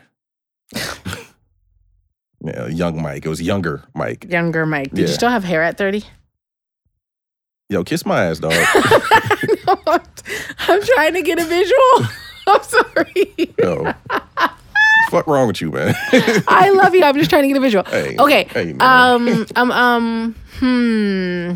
D: yeah, young Mike. It was younger Mike.
C: Younger Mike. Did you
D: Yeah.
C: still have hair at 30?
D: Yo, kiss my
C: *laughs*
D: ass, dog.
C: No, I'm, I'm trying to get a visual. *laughs* I'm sorry.
D: Yo, fuck wrong with you, man. *laughs*
C: I love you. I'm just trying to get a visual.
D: Hey,
C: okay.
D: hey, man.
C: um. Um. Um. Hmm.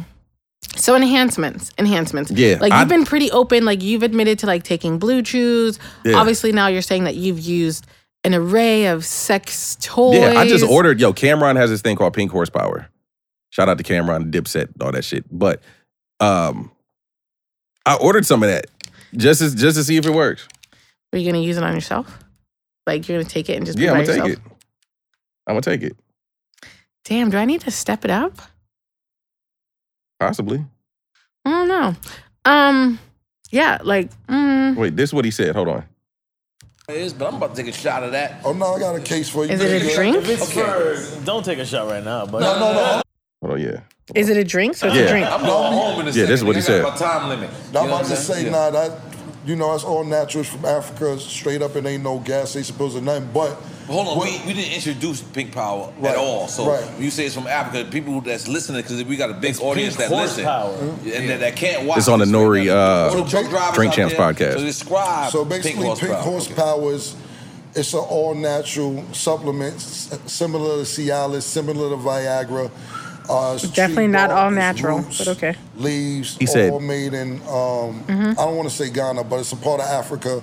C: So enhancements, enhancements.
D: Yeah,
C: Like
D: I-
C: you've been pretty open. Like you've admitted to like taking blue chews.
D: Yeah.
C: Obviously now you're saying that you've used an array of sex toys.
D: Yeah, I just ordered. Yo, Cameron has this thing called Pink Horsepower. Shout out to Cameron, Dipset, all that shit. But um, I ordered some of that just as, just to see if it works.
C: Are you gonna use it on yourself? Like you're gonna take it and just
D: Yeah, I'm
C: be
D: gonna
C: by yourself?
D: take it. I'm gonna take it.
C: Damn. Do I need to step it up?
D: Possibly.
C: I don't know. Um. Yeah. Like. Mm,
D: Wait, this is what he said. Hold on.
A: but I'm about to take a shot of that.
E: Oh no, I got a case for you.
C: Is it a drink?
F: Don't take a shot right now, but
E: No, no, no.
D: Hold on. Yeah.
C: Is it a drink? So it's
D: Yeah.
C: a drink.
A: I'm going home in a
D: Yeah, this is what he
A: second.
D: said.
A: I got my time limit. You know
E: I'm
A: what
E: about to
A: saying?
E: say,
A: Yeah.
E: nah, that, you know, it's all natural. It's from Africa, it's straight up. It ain't no gas. They supposed to nothing. But
A: But Hold on,
E: what-
A: we, we didn't introduce Pink Power
E: Right,
A: at all. So
E: right.
A: when you say it's from Africa, people that's listening because we got a big audience
F: Pink
A: that listen
F: horsepower.
A: and that, that can't watch.
D: It's on the
A: this.
D: Nori,
A: We got
D: uh,
A: the truck drivers
D: Drink
A: out
D: Champs
A: there.
D: podcast.
A: So describe
E: so basically, pink horsepower, is it's an all natural supplement, s- similar to Cialis, similar to Viagra. Uh, it's
C: Definitely
E: tree
C: not
E: bark,
C: all
E: it's
C: natural,
E: roots,
C: but okay. Mm-hmm.
E: Leaves,
D: He said-
E: all made in, um, I don't want to say Ghana, but it's a part of Africa.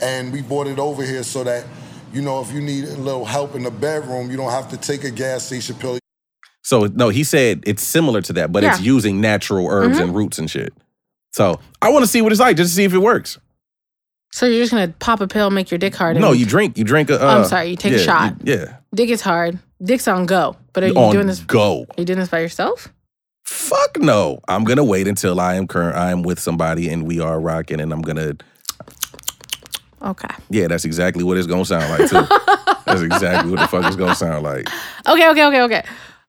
E: And we brought it over here so that, you know, if you need a little help in the bedroom, you don't have to take a gas station pill.
D: So no, he said it's similar to that, but it's
C: Yeah. Mm-hmm.
D: using natural herbs and roots and shit. So I want to see what it's like just to see if it works.
C: So you're just gonna pop a pill, make your dick hard.
D: No,
C: and
D: you drink. You drink a. Uh,
C: I'm sorry, you take a
D: yeah,
C: shot.
D: you- yeah.
C: dick is hard. Dick's on go. But are you
D: on
C: doing this?
D: go.
C: Are you doing this by yourself?
D: Fuck no. I'm gonna wait until I am current I am with somebody and we are rocking and I'm gonna
C: Okay.
D: Yeah, that's exactly what it's gonna sound like
C: *laughs*
D: too. that's exactly what the fuck it's gonna sound like.
C: Okay. Okay. Okay. Okay.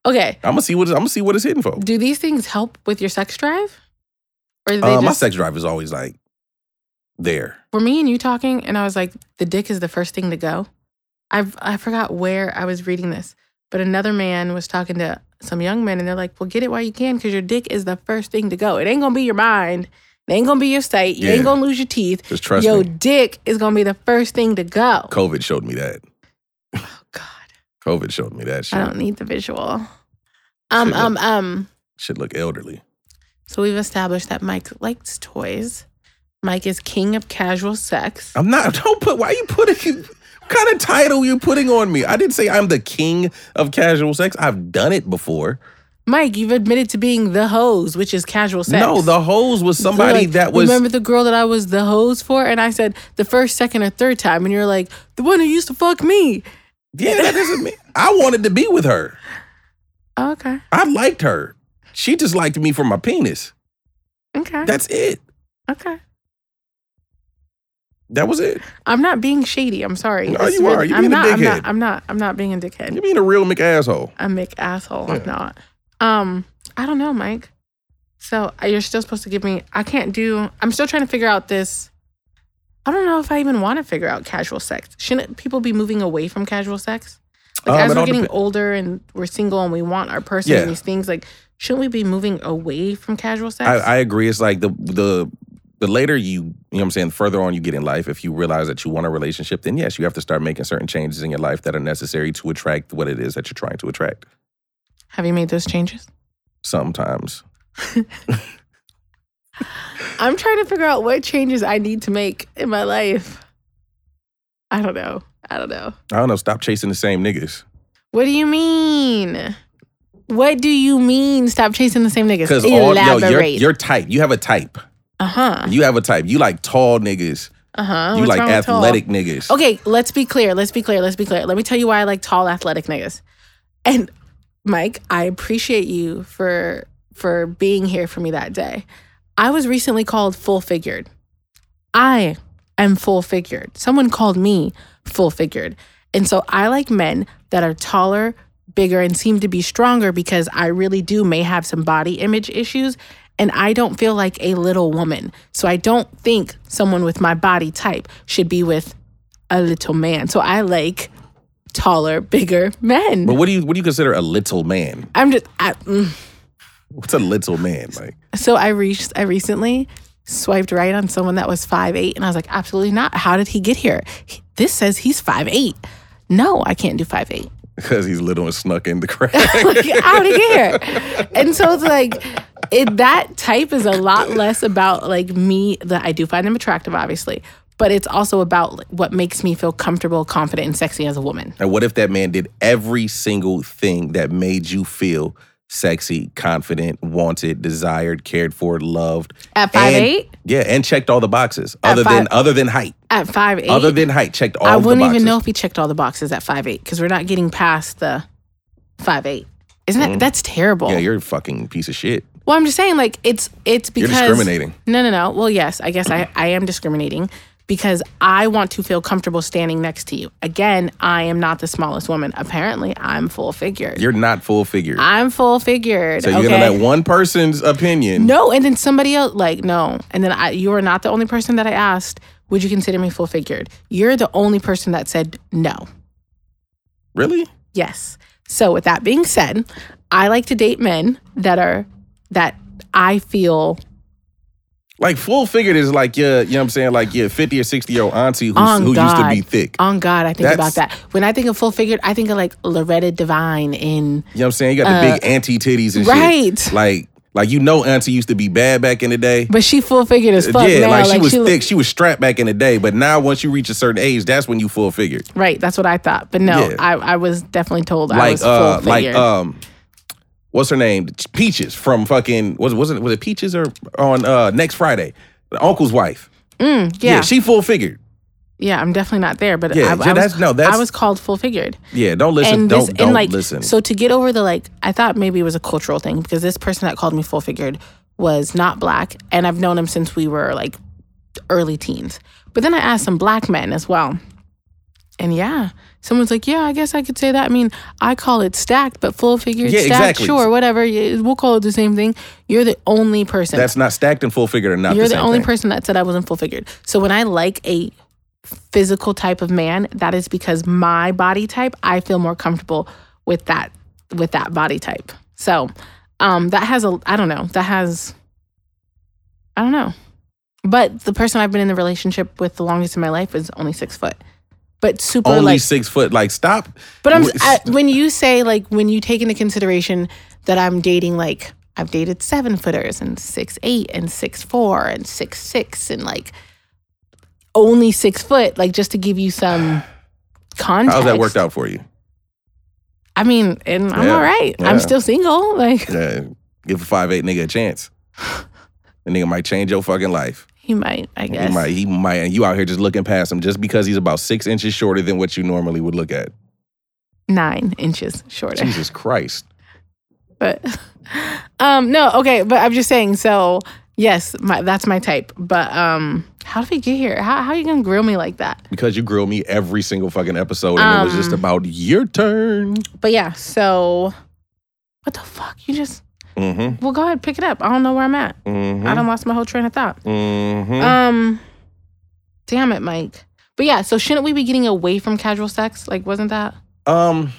C: Okay.
D: I'm gonna see what I'm gonna see what it's hitting for.
C: Do these things help with your sex drive? Or do they
D: Uh, my
C: just
D: sex drive is always like there.
C: were me and you talking, and I was like, the dick is the first thing to go. I I forgot where I was reading this, but another man was talking to some young men, and they're like, "Well, get it while you can, because your dick is the first thing to go. It ain't gonna be your mind. It ain't gonna be your sight. You
D: Yeah.
C: ain't gonna lose your teeth.
D: Just trust
C: Yo,
D: me.
C: dick is gonna be the first thing to go.
D: COVID showed me that.
C: Oh, God,
D: COVID showed me that
C: I
D: shit.
C: don't need the visual. Um,
D: Shit.
C: um, um.
D: Shit look elderly.
C: So we've established that Mike likes toys. Mike is king of casual sex.
D: I'm not. *laughs* Don't put. Why you putting? *laughs* What kind of title you putting on me? I didn't say I'm the king of casual sex. I've done it before.
C: Mike, you've admitted to being the hose, which is casual sex.
D: No, the hose was somebody
C: Like,
D: that was.
C: Remember the girl that I was the hose for? And I said the first, second, or third time. And you're like, the one who used to fuck me.
D: yeah, that doesn't mean I wanted to be with her.
C: Oh, okay.
D: I liked her. She just liked me for my penis.
C: Okay.
D: That's it.
C: okay.
D: That was it.
C: I'm not being shady. I'm sorry.
D: No,
C: This has
D: you are. You're
C: I'm
D: being a
C: not, I'm
D: dickhead.
C: not. I'm not. I'm not being a dickhead.
D: You being a real McAsshole.
C: I'm a asshole. I'm not. Um, I don't know, Mike. So uh, you're still supposed to give me. I can't do. I'm still trying to figure out this. I don't know if I even want to figure out casual sex. Shouldn't people be moving away from casual sex? Like
D: Um, it
C: as
D: all
C: we're getting
D: depen-
C: older and we're single and we want our person
D: Yeah.
C: and these things, like shouldn't we be moving away from casual sex?
D: I, I agree. It's like the the the later you, you know what I'm saying, the further on you get in life, if you realize that you want a relationship, then yes, you have to start making certain changes in your life that are necessary to attract what it is that you're trying to attract.
C: Have you made those changes?
D: Sometimes.
C: I'm trying to figure out what changes I need to make in my life. I don't know. I don't know.
D: I don't know, stop chasing the same niggas.
C: What do you mean? What do you mean? Stop chasing the same niggas.
D: Because all yo, you're,
C: Elaborate.
D: you're type. You have a type.
C: uh huh.
D: You have a type. You like tall niggas.
C: Uh huh.
D: you like athletic niggas.
C: Okay, let's be clear. Let's be clear. Let's be clear. Let me tell you why I like tall, athletic niggas. And Mike, I appreciate you for for being here for me that day. I was recently called full figured. I am full figured. Someone called me full figured. And so I like men that are taller, bigger, and seem to be stronger because I really do may have some body image issues. And I don't feel like a little woman. So I don't think someone with my body type should be with a little man. So I like taller, bigger men.
D: But what do you what do you consider a little man?
C: I'm just I, mm.
D: What's a little man like? *laughs*
C: so I reached I recently swiped right on someone that was 5'8 and I was like absolutely not. How did he get here? He- This says he's 5'8. No, I can't do 5'8.
D: Because he's little and snuck in the crack.
C: *laughs* like how did he get here? And so it's like it, that type is a lot less about like me that I do find them attractive obviously, but it's also about like, what makes me feel comfortable, confident and sexy as a woman.
D: And what if that man did every single thing that made you feel sexy, confident, wanted, desired, cared for, loved?
C: At
D: and-
C: 5'8"?
D: Yeah, and checked all the boxes.
C: At
D: other than
C: five-
D: other than height.
C: At 5'8
D: Other than height, checked all
C: I
D: of the
C: wouldn't
D: boxes.
C: even know if he checked all the boxes at 5'8 because we're not getting past the 5'8. Isn't that that's terrible?
D: Mm. Yeah, you're a fucking piece of shit.
C: well, I'm just saying, like, it's it's because
D: discriminating.
C: No, no, no. Well, yes, I guess I, I am discriminating because I want to feel comfortable standing next to you. Again, I am not the smallest woman. Apparently, I'm full figured.
D: You're not full figured.
C: I'm full figured.
D: so you're
C: okay?
D: gonna let one person's opinion.
C: No, and then somebody else like no, and then I, you are not the only person that I asked. Would you consider me full figured? You're the only person that said no.
D: Really?
C: Yes. So with that being said, I like to date men that are that I feel
D: Like full figured is like your, you know what I'm saying, like your 50 or 60 year old auntie who's,
C: on
D: who used
C: God.
D: to be thick.
C: On God, I think
D: That's-
C: about that. When I think of full figured, I think of like Loretta Devine in
D: You know what I'm saying? You got the big auntie titties and shit.
C: Uh, right.
D: Like, like you know auntie used to be bad back in the day.
C: but she full figured as fuck
D: yeah,
C: now.
D: like she was
C: look-
D: thick, she was strapped back in the day, but now once you reach a certain age, that's when you full figured.
C: Right, that's what I thought. But no,
D: Yeah.
C: I, I was definitely told I
D: Like
C: was
D: uh
C: full
D: like
C: figured.
D: um what's her name? Peaches from fucking was was it was it Peaches or on uh next Friday? The uncle's wife.
C: yeah, yeah,
D: she full figured.
C: I'm definitely not there. But
D: Yeah,
C: I, I
D: yeah,
C: was,
D: that's- no, that's-
C: I was called full figured.
D: Yeah, don't listen.
C: and
D: don't
C: this
D: don't
C: and like
D: listen.
C: so to get over the like i thought maybe it was a cultural thing because this person that called me full figured was not black and i've known him since we were like early teens but then i asked some black men as well and yeah someone's like yeah i guess i could say that i mean i call it stacked but full figured
D: Yeah,
C: stacked
D: exactly.
C: sure whatever yeah, we'll call it the same thing you're the only person
D: that's not stacked and full figured or not.
C: you're the,
D: same
C: only
D: thing.
C: person that said I wasn't full figured. So when I like a physical type of man, that is because my body type, I feel more comfortable with that with that body type. So um that has a I don't know, that has I don't know. But the person I've been in the relationship with the longest in my life is only six foot. But super
D: only
C: like
D: six foot. Like stop.
C: but I'm
D: Wh-
C: I, when you say like when you take into consideration that I'm dating like
G: I've dated seven footers and six eight and six four and six six and like only six foot, like just to give you some context.
D: How's that worked out for you?
G: I mean, and I'm
D: Yeah,
G: all right. I'm
D: yeah.
G: still single. Like
D: Yeah, give a five eight nigga a *laughs* chance. The nigga might change your fucking life.
G: he might, I guess.
D: He might, he might, and you out here just looking past him just because he's about six inches shorter than what you normally would look *laughs* at.
G: Nine inches shorter.
D: Jesus Christ.
G: but *laughs* um no okay but i'm just saying so yes my, that's my type but um how did we get here how, how are you gonna grill me like that
D: Because you grill me every single fucking episode and it was just about your turn.
G: but yeah so what the fuck you just
D: Mm-hmm.
G: well go ahead pick it up i don't know where i'm at
D: Mm-hmm.
G: i done lost my whole train of thought
C: Mm.
D: mm-hmm.
G: um damn it mike but yeah so shouldn't we be getting away from casual sex like wasn't that
D: Um,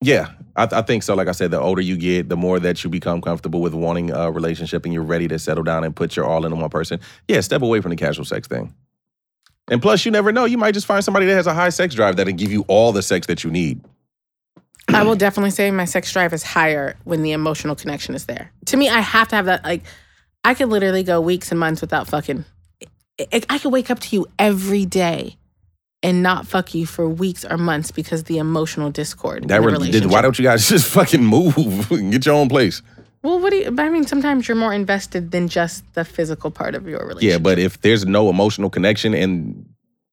D: yeah, I, I think so. Like I said, the older you get, the more that you become comfortable with wanting a relationship, and you're ready to settle down and put your all into one person. Yeah, step away from the casual sex thing. And plus, you never know. You might just find somebody that has a high sex drive that'll give you all the sex that you need.
C: *clears throat* I will definitely say my sex drive is higher when the emotional connection is there. To me, I have to have that. Like, I could literally go weeks and months without fucking. I, I could wake up to you every day and not fuck you for weeks or months because the emotional discord. in
D: That
C: the
D: re- did,
C: relationship.
D: why don't you guys *laughs* just fucking move *laughs* and get your own place?
C: Well, what do you? but I mean, sometimes you're more invested than just the physical part of your relationship.
D: Yeah, but if there's no emotional connection and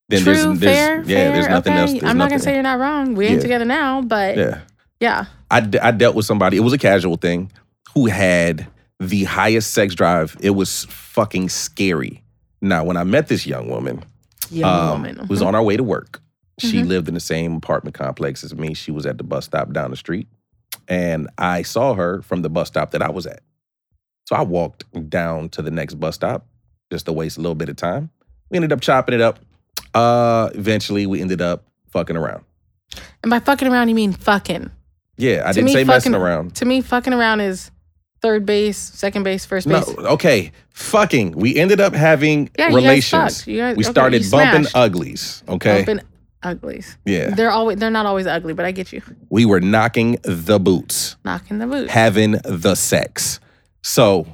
D: then
C: true,
D: there's, there's
C: fair,
D: yeah,
C: fair.
D: there's nothing
C: okay.
D: else. There's
C: I'm
D: nothing.
C: not gonna say you're not wrong. We ain't
D: Yeah.
C: together now, but yeah.
D: yeah. I, d- I dealt with somebody, it was a casual thing, who had the highest sex drive. It was fucking scary. Now, when I met this young woman,
C: young
D: um,
C: woman. uh-huh. Mm-hmm.
D: was on our way to work. She lived in the same apartment complex as me. She was at the bus stop down the street. And I saw her from the bus stop that I was at. So I walked down to the next bus stop just to waste a little bit of time. We ended up chopping it up. Uh, eventually, we ended up fucking around.
G: and by fucking around you mean fucking
D: Yeah, I
C: To
D: didn't
C: me,
D: say messing
C: fucking-
D: around.
C: to me, fucking around is third base, second base, first
D: No,
C: base.
D: okay. Fucking. We ended up having
C: Yeah, you guys
D: relations.
C: fucked. You guys-
D: we
C: okay,
D: started
C: you
D: bumping
C: smashed.
D: uglies. Okay.
C: Bumping uglies.
D: Yeah.
C: They're always they're not always ugly, but I get you.
D: We were knocking the boots,
C: Knocking the boot.
D: having the sex. So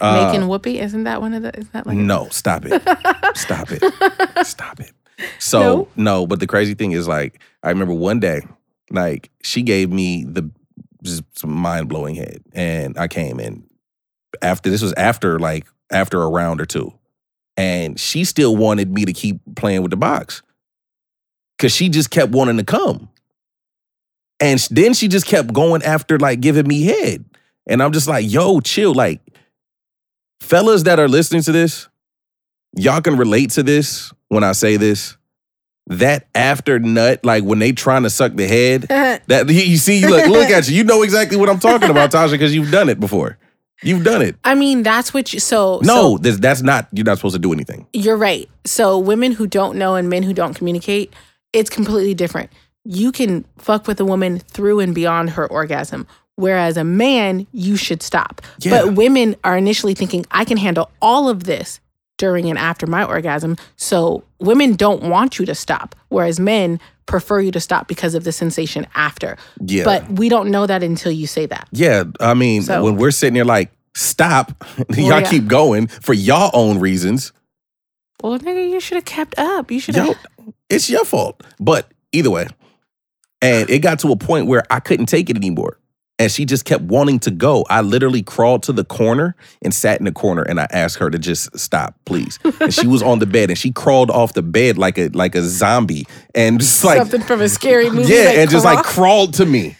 D: uh,
C: Making whoopee. Isn't that one of the is that like
D: No, stop
C: *laughs*
D: it. stop it. Stop it. So, no. but the crazy thing is like I remember one day like she gave me the just some mind-blowing head and I came in after this was after like after a round or two. And she still wanted me to keep playing with the box. Cause she just kept wanting to come. And sh- then she just kept going after like giving me head. And I'm just like, yo, chill. Like, fellas that are listening to this, y'all can relate to this when I say this. That after nut, like when they trying to suck the
C: *laughs*
D: head,
C: Uh-huh.
D: that you, you see, look, look at you. You know exactly what I'm talking about, Tasha, because you've done it before. You've done it.
C: I mean, that's what you so
D: No, this, that's not. You're not supposed to do anything.
C: You're right. So women who don't know and men who don't communicate, it's completely different. You can fuck with a woman through and beyond her orgasm. Whereas a man, you should stop.
D: Yeah.
C: But women are initially thinking, I can handle all of this during and after my orgasm. So women don't want you to stop. Whereas men prefer you to stop because of the sensation after.
D: Yeah.
C: But we don't know that until you say that.
D: Yeah, I mean,
C: So-
D: when we're sitting here like, stop, *laughs* y'all
C: yeah.
D: keep going for y'all own reasons.
C: Well, nigga, you should have kept up. You should
D: Yo,
C: have.
D: it's your fault. But either way, and it got to a point where I couldn't take it anymore. And she just kept wanting to go. I literally crawled to the corner and sat in the corner and I asked her to just stop, please. And she was on the bed and she crawled off the bed like a like a zombie and just like
C: Something from
D: *laughs*
C: a scary movie.
D: yeah,
C: like,
D: and just like
C: Caraca.
D: crawled to me.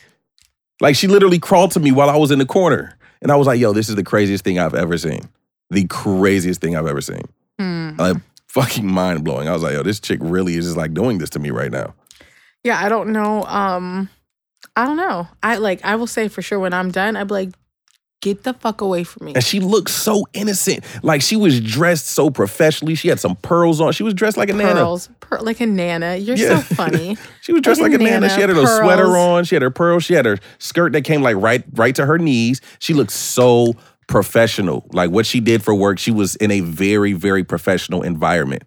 D: Like she literally crawled to me while I was in the corner. And I was like, yo, this is the craziest thing I've ever seen. The craziest thing I've ever seen. Like fucking mind blowing. I was like, yo, this chick really is just like doing this to me right now.
C: Yeah, I don't know. Um, I don't know. I like I will say for sure when I'm done, I'd be like, get the fuck away from me.
D: And she looked so innocent. Like she was dressed so professionally. She had some pearls on. She was dressed like a nana.
C: Pearls, per- like a nana. You're
D: Yeah.
C: so funny.
D: *laughs* She was dressed like
C: Like
D: a
C: a
D: nana.
C: nana,
D: She had her little sweater
C: pearls.
D: on. She had her pearls. She had her skirt that came like right right to her knees. She looked so professional. Like what she did for work, she was in a very very professional environment.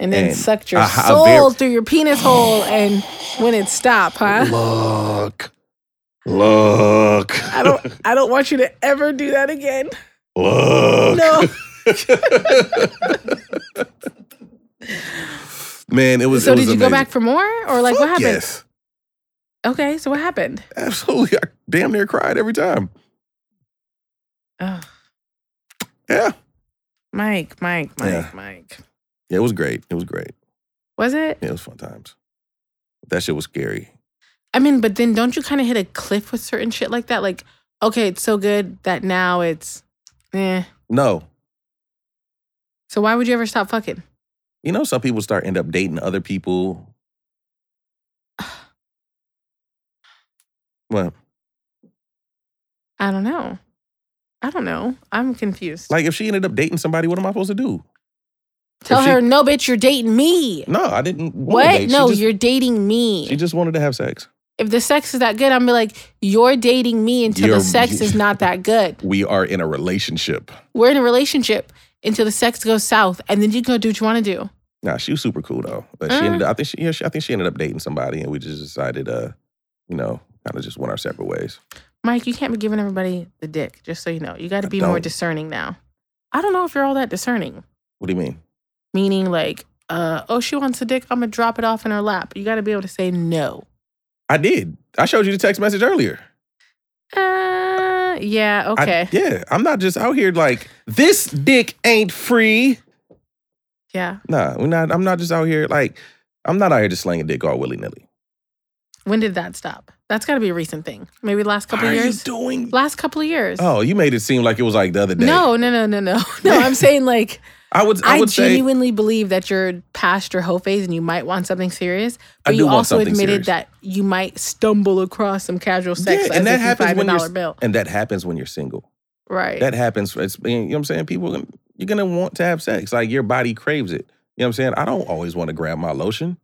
C: And then
D: And
C: sucked your
D: a hi- a
C: soul
D: very-
C: through your penis hole, and when it stopped, huh?
D: Look, Look.
C: I don't I don't want you to ever do that again.
D: Look. *laughs*
C: No.
D: Man, it was.
G: So
D: it was
G: did you
D: amazing.
G: go back for more, or like what
D: Fuck
G: happened?
D: Yes,
G: Okay, so what happened?
D: absolutely. I damn near cried every time.
G: Ugh.
D: Yeah,
G: Mike, Mike, Mike,
D: Yeah.
G: Mike.
D: yeah, it was great. It was great.
G: Was it?
D: Yeah, it was fun times. That shit was scary.
C: I mean, but then don't you kind of hit a cliff with certain shit like that? Like, okay, it's so good that now it's eh.
D: No,
C: So why would you ever stop fucking?
D: you know, some people start end up dating other
C: *sighs*
D: people. Well,
G: I don't know. I don't know. I'm confused.
D: like if she ended up dating somebody, what am I supposed to do?
C: Tell
D: she-
C: her, no, bitch, you're dating me.
D: No, I didn't. wanna
C: What?
D: date. She
C: No,
D: just-
C: you're dating me.
D: She just wanted to have sex.
C: if the sex is that good, I'm be like, you're dating me until
D: You're-
C: the sex
D: *laughs*
C: is not that good.
D: We are in a relationship.
C: We're in a relationship until the sex goes south, and then you go do what you want to do.
D: Nah, she was super cool though. But she
C: Mm.
D: ended up, I think she, yeah, she I think she ended up dating somebody, and we just decided, uh, you know, kind of just went our separate ways.
C: Mike, you can't be giving everybody the dick, just so you know. You got to
D: I
C: be more
D: don't.
C: discerning now. I don't know if you're all that discerning,
D: What do you mean?
C: meaning like, uh, oh, she wants a dick. I'm going to drop it off in her lap. You got to be able to say no.
D: I did. I showed you the text message earlier.
C: Uh, yeah,
D: I-
C: okay.
D: yeah, I'm not just out here like this dick ain't free.
C: yeah.
D: Nah, we're not. I'm not just out here like I'm not out here just slinging dick all willy nilly.
C: When did that stop? That's got to be a recent thing. Maybe last
D: What
C: couple of years?
D: you doing?
C: last couple of years.
D: Oh, you made it seem like it was like the other day.
C: No, no, no, no, *laughs* no. No, I'm saying like
D: I would. I
C: I,
D: would say
C: genuinely believe that you're past your hoe phase and you might want something serious.
D: I
C: But
D: do
C: you
D: want
C: also
D: something
C: admitted
D: serious.
C: that you might stumble across some casual sex
D: Yeah,
C: as
D: and that
C: if you
D: happens
C: find a
D: when you're
C: dollar
D: s-
C: bill.
D: and that happens when you're single.
C: Right.
D: That happens. It's, you know what I'm saying? People, are gonna- you're going to want to have sex. Like your body craves it. You know what I'm saying? I don't always want to grab my lotion.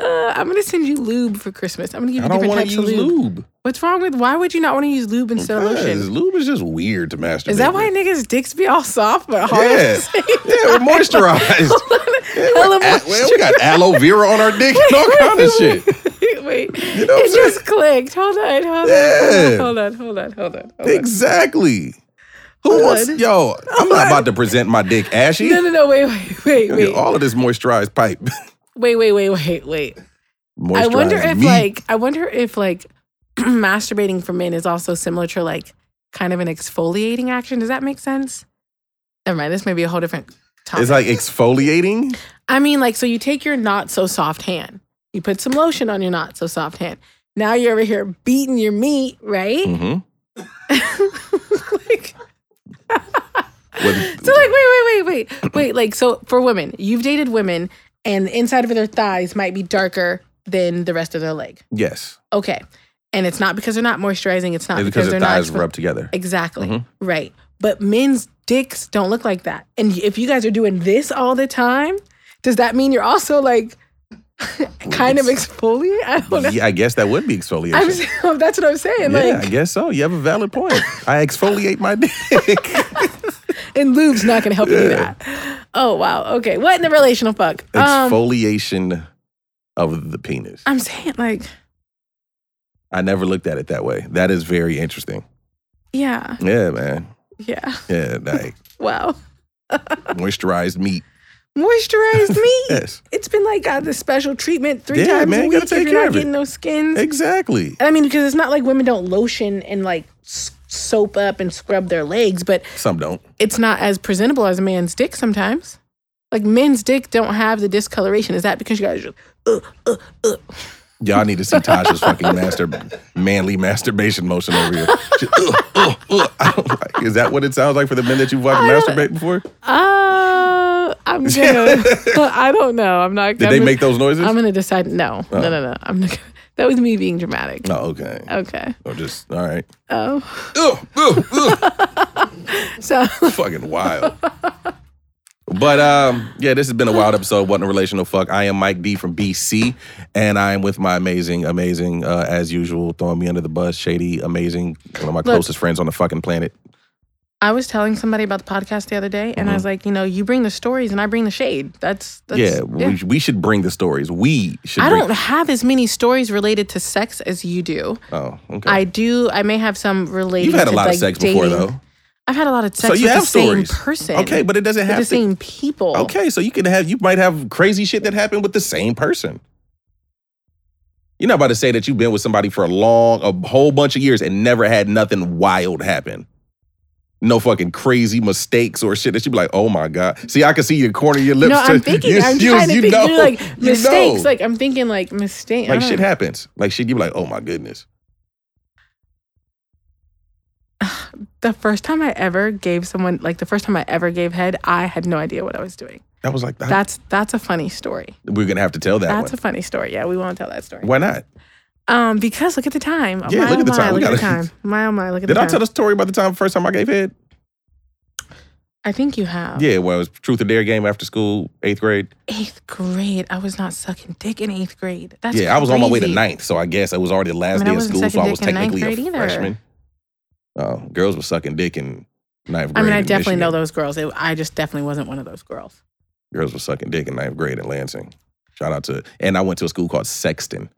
C: Uh, I'm gonna send you lube for Christmas. I'm gonna give
D: I
C: you
D: don't
C: different
D: want
C: types
D: to
C: of
D: use
C: lube.
D: lube.
C: What's wrong with why would you not want to use lube instead of
D: Because
C: lotion?
D: lube is just weird to masturbate.
C: Is that why
D: with.
C: niggas' dicks be all soft but hard? at the
D: Yeah.
C: same
D: yeah, we're
C: *laughs* time?
D: moisturized. Yeah, we're
C: Hella
D: at- well, we got aloe vera on our dick
C: *laughs*
D: and all kind of shit.
C: Wait, wait.
D: You know what
C: it
D: I'm saying?
C: just clicked. Hold on, hold
D: Yeah.
C: on, hold on, hold on, hold on. Hold on.
D: Exactly. Who wants?
C: Good.
D: Yo, I'm not about to present my dick ashy.
C: *laughs* No, no, no, wait, wait, wait,
D: You'll
C: wait,
D: get all of this moisturized pipe. *laughs*
C: wait, wait, wait, wait, wait. I
D: moisturized
C: wonder if
D: meat.
C: like, I wonder if like, *clears throat* masturbating for men is also similar to like, kind of an exfoliating action. Does that make sense? Never mind. This may be a whole different topic.
D: it's like exfoliating.
C: I mean, like, so you take your not so soft hand, you put some lotion on your not so soft hand. Now you're over here beating your meat, right?
D: hmm
C: *laughs*
D: *laughs*
C: like, *laughs* so like wait wait wait wait wait like so for women you've dated women and the inside of their thighs might be darker than the rest of their leg
D: Yes,
C: okay and it's not because they're not moisturizing it's not
D: it's
C: because
D: because their
C: they're not
D: thighs
C: exfoli-
D: rub together.
C: exactly
D: Mm-hmm.
C: right but men's dicks don't look like that and if you guys are doing this all the time does that mean you're also like *laughs* kind of exfoliate i don't know
D: Yeah, I guess that would be exfoliation.
C: I'm, so- *laughs* that's what i'm saying
D: yeah, I
C: like
D: guess so. You have a valid point. I exfoliate my dick. *laughs*
C: and lube's not gonna help you do that oh wow okay what in the relational fuck *laughs* um
D: Exfoliation of the penis.
C: i'm saying like
D: I never looked at it that way. That is very interesting.
C: yeah
D: Yeah, man.
C: yeah
D: Yeah,
C: *laughs*
D: like
C: Wow.
D: moisturized meat. *laughs*
C: Moisturized meat.
D: Yes,
C: It's been like got this special treatment three
D: Yeah,
C: times
D: man,
C: a
D: you
C: week.
D: gotta take
C: if
D: care
C: you're not
D: of it.
C: getting those skins.
D: exactly.
C: And I mean, because it's not like women don't lotion and like s- soap up and scrub their legs, but
D: Some don't.
C: it's not as presentable as a man's dick sometimes. Like men's dick don't have the discoloration. Is that because you guys? Just,
D: Y'all need to see Tasha's fucking master manly masturbation motion over here. She- ugh, ugh, ugh. I don't like- Is that what it sounds like for the men that you fucking masturbate before?
C: uh,
D: *laughs*
C: I'm gonna. I don't know. I'm not.
D: Did they make Oh. those noises?
C: I'm gonna decide. No, no, no, no. I'm not. Gonna, *laughs* that was me being dramatic.
D: oh, okay.
C: Okay.
D: Or just all right.
C: Oh.
D: Ugh, ugh, ugh. *laughs*
C: So. *laughs*
D: fucking wild. But um, yeah, this has been a wild episode. What in a relational fuck? I am Mike D from BC, and I am with my amazing, amazing, uh, as usual, throwing me under the bus, shady, amazing, one of my closest friends on the fucking planet.
C: I was telling somebody about the podcast the other day, and
D: Mm-hmm.
C: I was like, you know, you bring the stories and I bring the shade. That's, that's
D: yeah, We, we should bring the stories. We should.
C: I
D: bring,
C: don't have as many stories related to sex as you do.
D: Oh, okay.
C: I do. I may have some related.
D: You've had a
C: to,
D: lot
C: like,
D: of sex
C: dating.
D: before, though.
C: I've had a lot of sex
D: So you
C: with
D: have
C: the
D: stories.
C: same person.
D: Okay, but it doesn't
C: with
D: have
C: the
D: to-
C: same people.
D: Okay, so you could have you might have crazy shit that happened with the same person. You're not about to say that you've been with somebody for a long, a whole bunch of years and never had nothing wild happen. No fucking crazy mistakes or shit that you'd be like, oh my god. See, I can see your corner of your lips.
C: No,
D: to-
C: I'm thinking.
D: you-
C: I'm
D: you-
C: trying to
D: you
C: think.
D: know,
C: you're like
D: you know.
C: mistakes. Like uh-huh. I'm thinking like mistake. I
D: like
C: don't
D: shit
C: know.
D: happens. Like shit, you'd be like, oh my goodness.
C: the first time I ever gave someone like the first time I ever gave head, I had no idea what I was doing.
D: I was like, I-
C: That's that's a funny story.
D: we're gonna have to tell that
C: That's
D: one.
C: a funny story. Yeah, we won't tell that story.
D: Why not?
C: Um, because look at the time.
D: Yeah,
C: my,
D: look
C: oh
D: at the
C: my,
D: time. We
C: Look at the
D: gotta-
C: time. My oh my. Look at
D: Did
C: the
D: I
C: time.
D: tell the story about the time first time I gave head?
C: I think you have.
D: Yeah, well, it was truth or dare game after school, eighth grade.
C: Eighth grade. I was not sucking dick in eighth grade. That's
D: yeah, I was on my way to
C: crazy.
D: ninth, so I guess it was already the last
C: I mean, I
D: day of
C: wasn't
D: school, so
C: sucking
D: I was
C: dick in ninth
D: technically a
C: grade either.
D: freshman. Oh, girls were sucking dick in ninth grade.
C: I mean, I
D: in
C: definitely
D: Michigan.
C: know those girls. It, I just definitely wasn't one of those girls.
D: Girls were sucking dick in ninth grade in Lansing. Shout out to, and I went to a school called Sexton.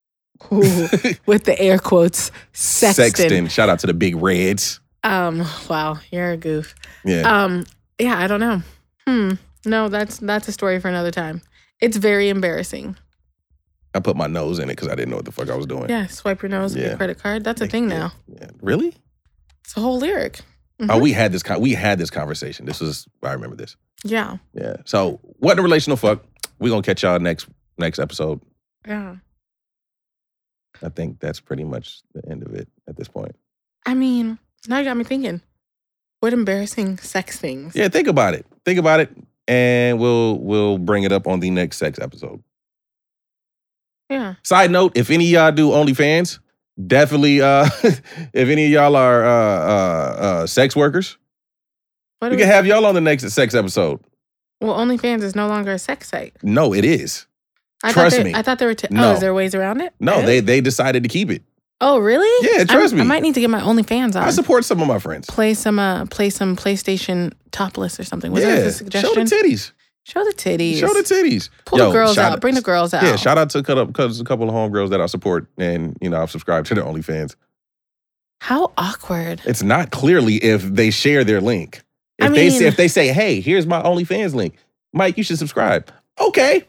D: *laughs*
C: Ooh, with the air quotes, sexton.
D: Shout out to the Big Reds.
C: Um, wow, you're a goof.
D: Yeah,
C: Um, yeah, I don't know. Hmm. No, that's that's a story for another time. It's very embarrassing.
D: I put my nose in it because I didn't know what the fuck I was doing.
C: Yeah, swipe your nose with
D: Yeah.
C: your credit card. That's a
D: Like,
C: thing
D: yeah,
C: now. Mm-hmm.
D: yeah. Really?
C: It's a whole lyric.
D: Oh, we had this. Con- we had this conversation. This was. I remember this.
C: Yeah.
D: Yeah. So, what the relational fuck? We gonna catch y'all next next episode.
C: Yeah.
D: I think that's pretty much the end of it at this point.
C: I mean, now you got me thinking. What embarrassing sex things?
D: Yeah, think about it. Think about it, and we'll we'll bring it up on the next sex episode.
C: Yeah.
D: Side note: If any of y'all do OnlyFans, definitely. Uh, *laughs* if any of y'all are uh, uh, uh, sex workers,
C: What
D: we
C: do
D: can have y'all on the next sex episode.
C: Well, OnlyFans is no longer a sex site.
D: No, it is.
C: I
D: Trust
C: thought there,
D: me.
C: I thought there were. T-
D: No.
C: Oh, is there ways around it?
D: No,
C: Really?
D: they they decided to keep it.
C: Oh, really?
D: Yeah,
C: I'm-
D: trust me.
C: I might need to get my OnlyFans on.
D: I support some of my friends.
C: play some. Uh, play some PlayStation topless or something. Was that
D: yeah,
C: a
D: show the
C: suggestion?
D: titties.
C: Show the titties.
D: Show the titties.
C: Pull
D: Yo,
C: the girls
D: shout
C: out. Bring the girls out.
D: Yeah, shout out to a couple a couple of homegirls that I support, and you know I've subscribed to their OnlyFans.
C: How awkward.
D: It's not clearly if they share their link.
C: I
D: If they
C: mean-
D: say, if they say, "Hey, here's my OnlyFans link, Mike, you should subscribe." Okay,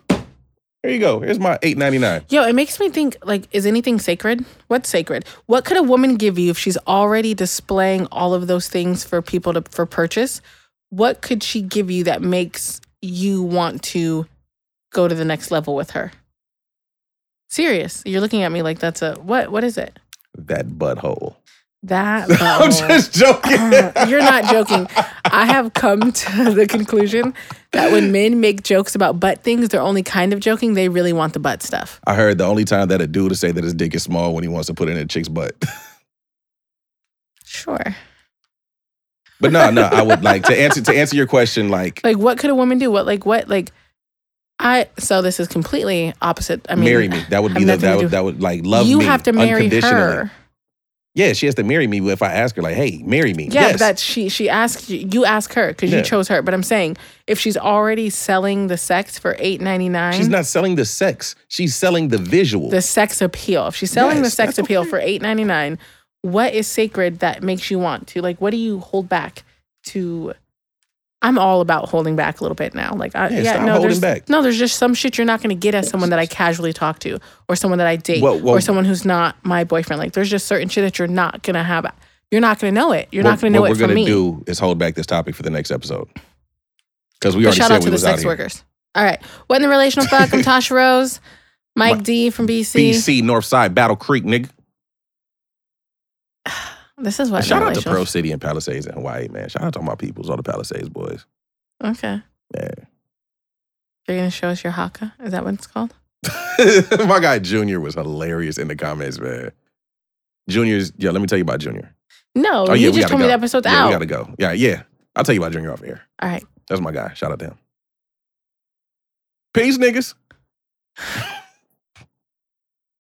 D: here you go. Here's my eight ninety nine.
C: Yo, it makes me think like, is anything sacred? What's sacred? What could a woman give you if she's already displaying all of those things for people to for purchase? What could she give you that makes you want to go to the next level with her? Serious. You're looking at me like that's a what what is it?
D: That butthole. *laughs*
C: That
D: I'm
C: Oh.
D: just joking.
C: *laughs* You're not joking. I have come to *laughs* the conclusion that when men make jokes about butt things, they're only kind of joking. They really want the butt stuff.
D: I heard the only time that a dude to say that his dick is small when he wants to put it in a chick's butt. *laughs*
C: Sure.
D: But no, no, I would like to answer to answer your question. Like,
C: Like, what could a woman do? What, like, what, like, I, so this is completely opposite. I mean,
D: marry me. That would be
C: have
D: the,
C: nothing
D: that
C: to
D: would
C: do-
D: that would like love
C: you
D: me
C: have to marry
D: unconditionally.
C: her.
D: Yeah, she has to marry me if I ask her like, "Hey, marry me."
C: Yeah,
D: yes.
C: but that's she, she asked you, you ask her because
D: Yeah.
C: you chose her. But I'm saying if she's already selling the sex for eight ninety nine,
D: She's not selling the sex. She's selling the visual.
C: the sex appeal. If she's selling the
D: Yes,
C: sex
D: that's
C: appeal
D: okay.
C: for eight ninety nine, what is sacred that makes you want to? Like, what do you hold back to? I'm all about holding back a little bit now. Like, I,
D: Yeah,
C: yeah,
D: stop
C: no,
D: holding
C: there's,
D: back.
C: no, there's just some shit you're not going to get at someone that I casually talk to, or someone that I date,
D: Well, well-
C: or someone who's not my boyfriend. Like, there's just certain shit that you're not going to have. You're not going to know it. You're not
D: What-
C: going to know
D: what
C: it
D: we're
C: from
D: gonna
C: me.
D: do is hold back this topic for the next episode because we
C: But
D: already
C: shout
D: said
C: out
D: we
C: to the
D: was
C: sex
D: out here.
C: workers. All right, what in the relational
D: *laughs*
C: fuck? I'm Tasha Rose, Mike D from BC.
D: BC Northside Battle Creek, nigga.
C: This is what in
D: Shout
C: the
D: out to
C: relational-
D: Pearl City and Palisades in Hawaii, man. Shout out to all my peoples, all the Palisades boys.
C: Okay.
D: Yeah.
C: You're gonna show us your haka? Is that what it's called?
D: *laughs* my guy Junior was hilarious in the comments, man. Junior's, yeah. Let me tell you about Junior.
C: No,
D: Oh, yeah,
C: Oh, you
D: we
C: just
D: gotta
C: told me
D: go.
C: the episode's
D: yeah,
C: out.
D: we gotta go. Yeah, yeah. I'll tell you about Junior off air.
C: All right.
D: That's my guy. Shout out to him. Peace, niggas.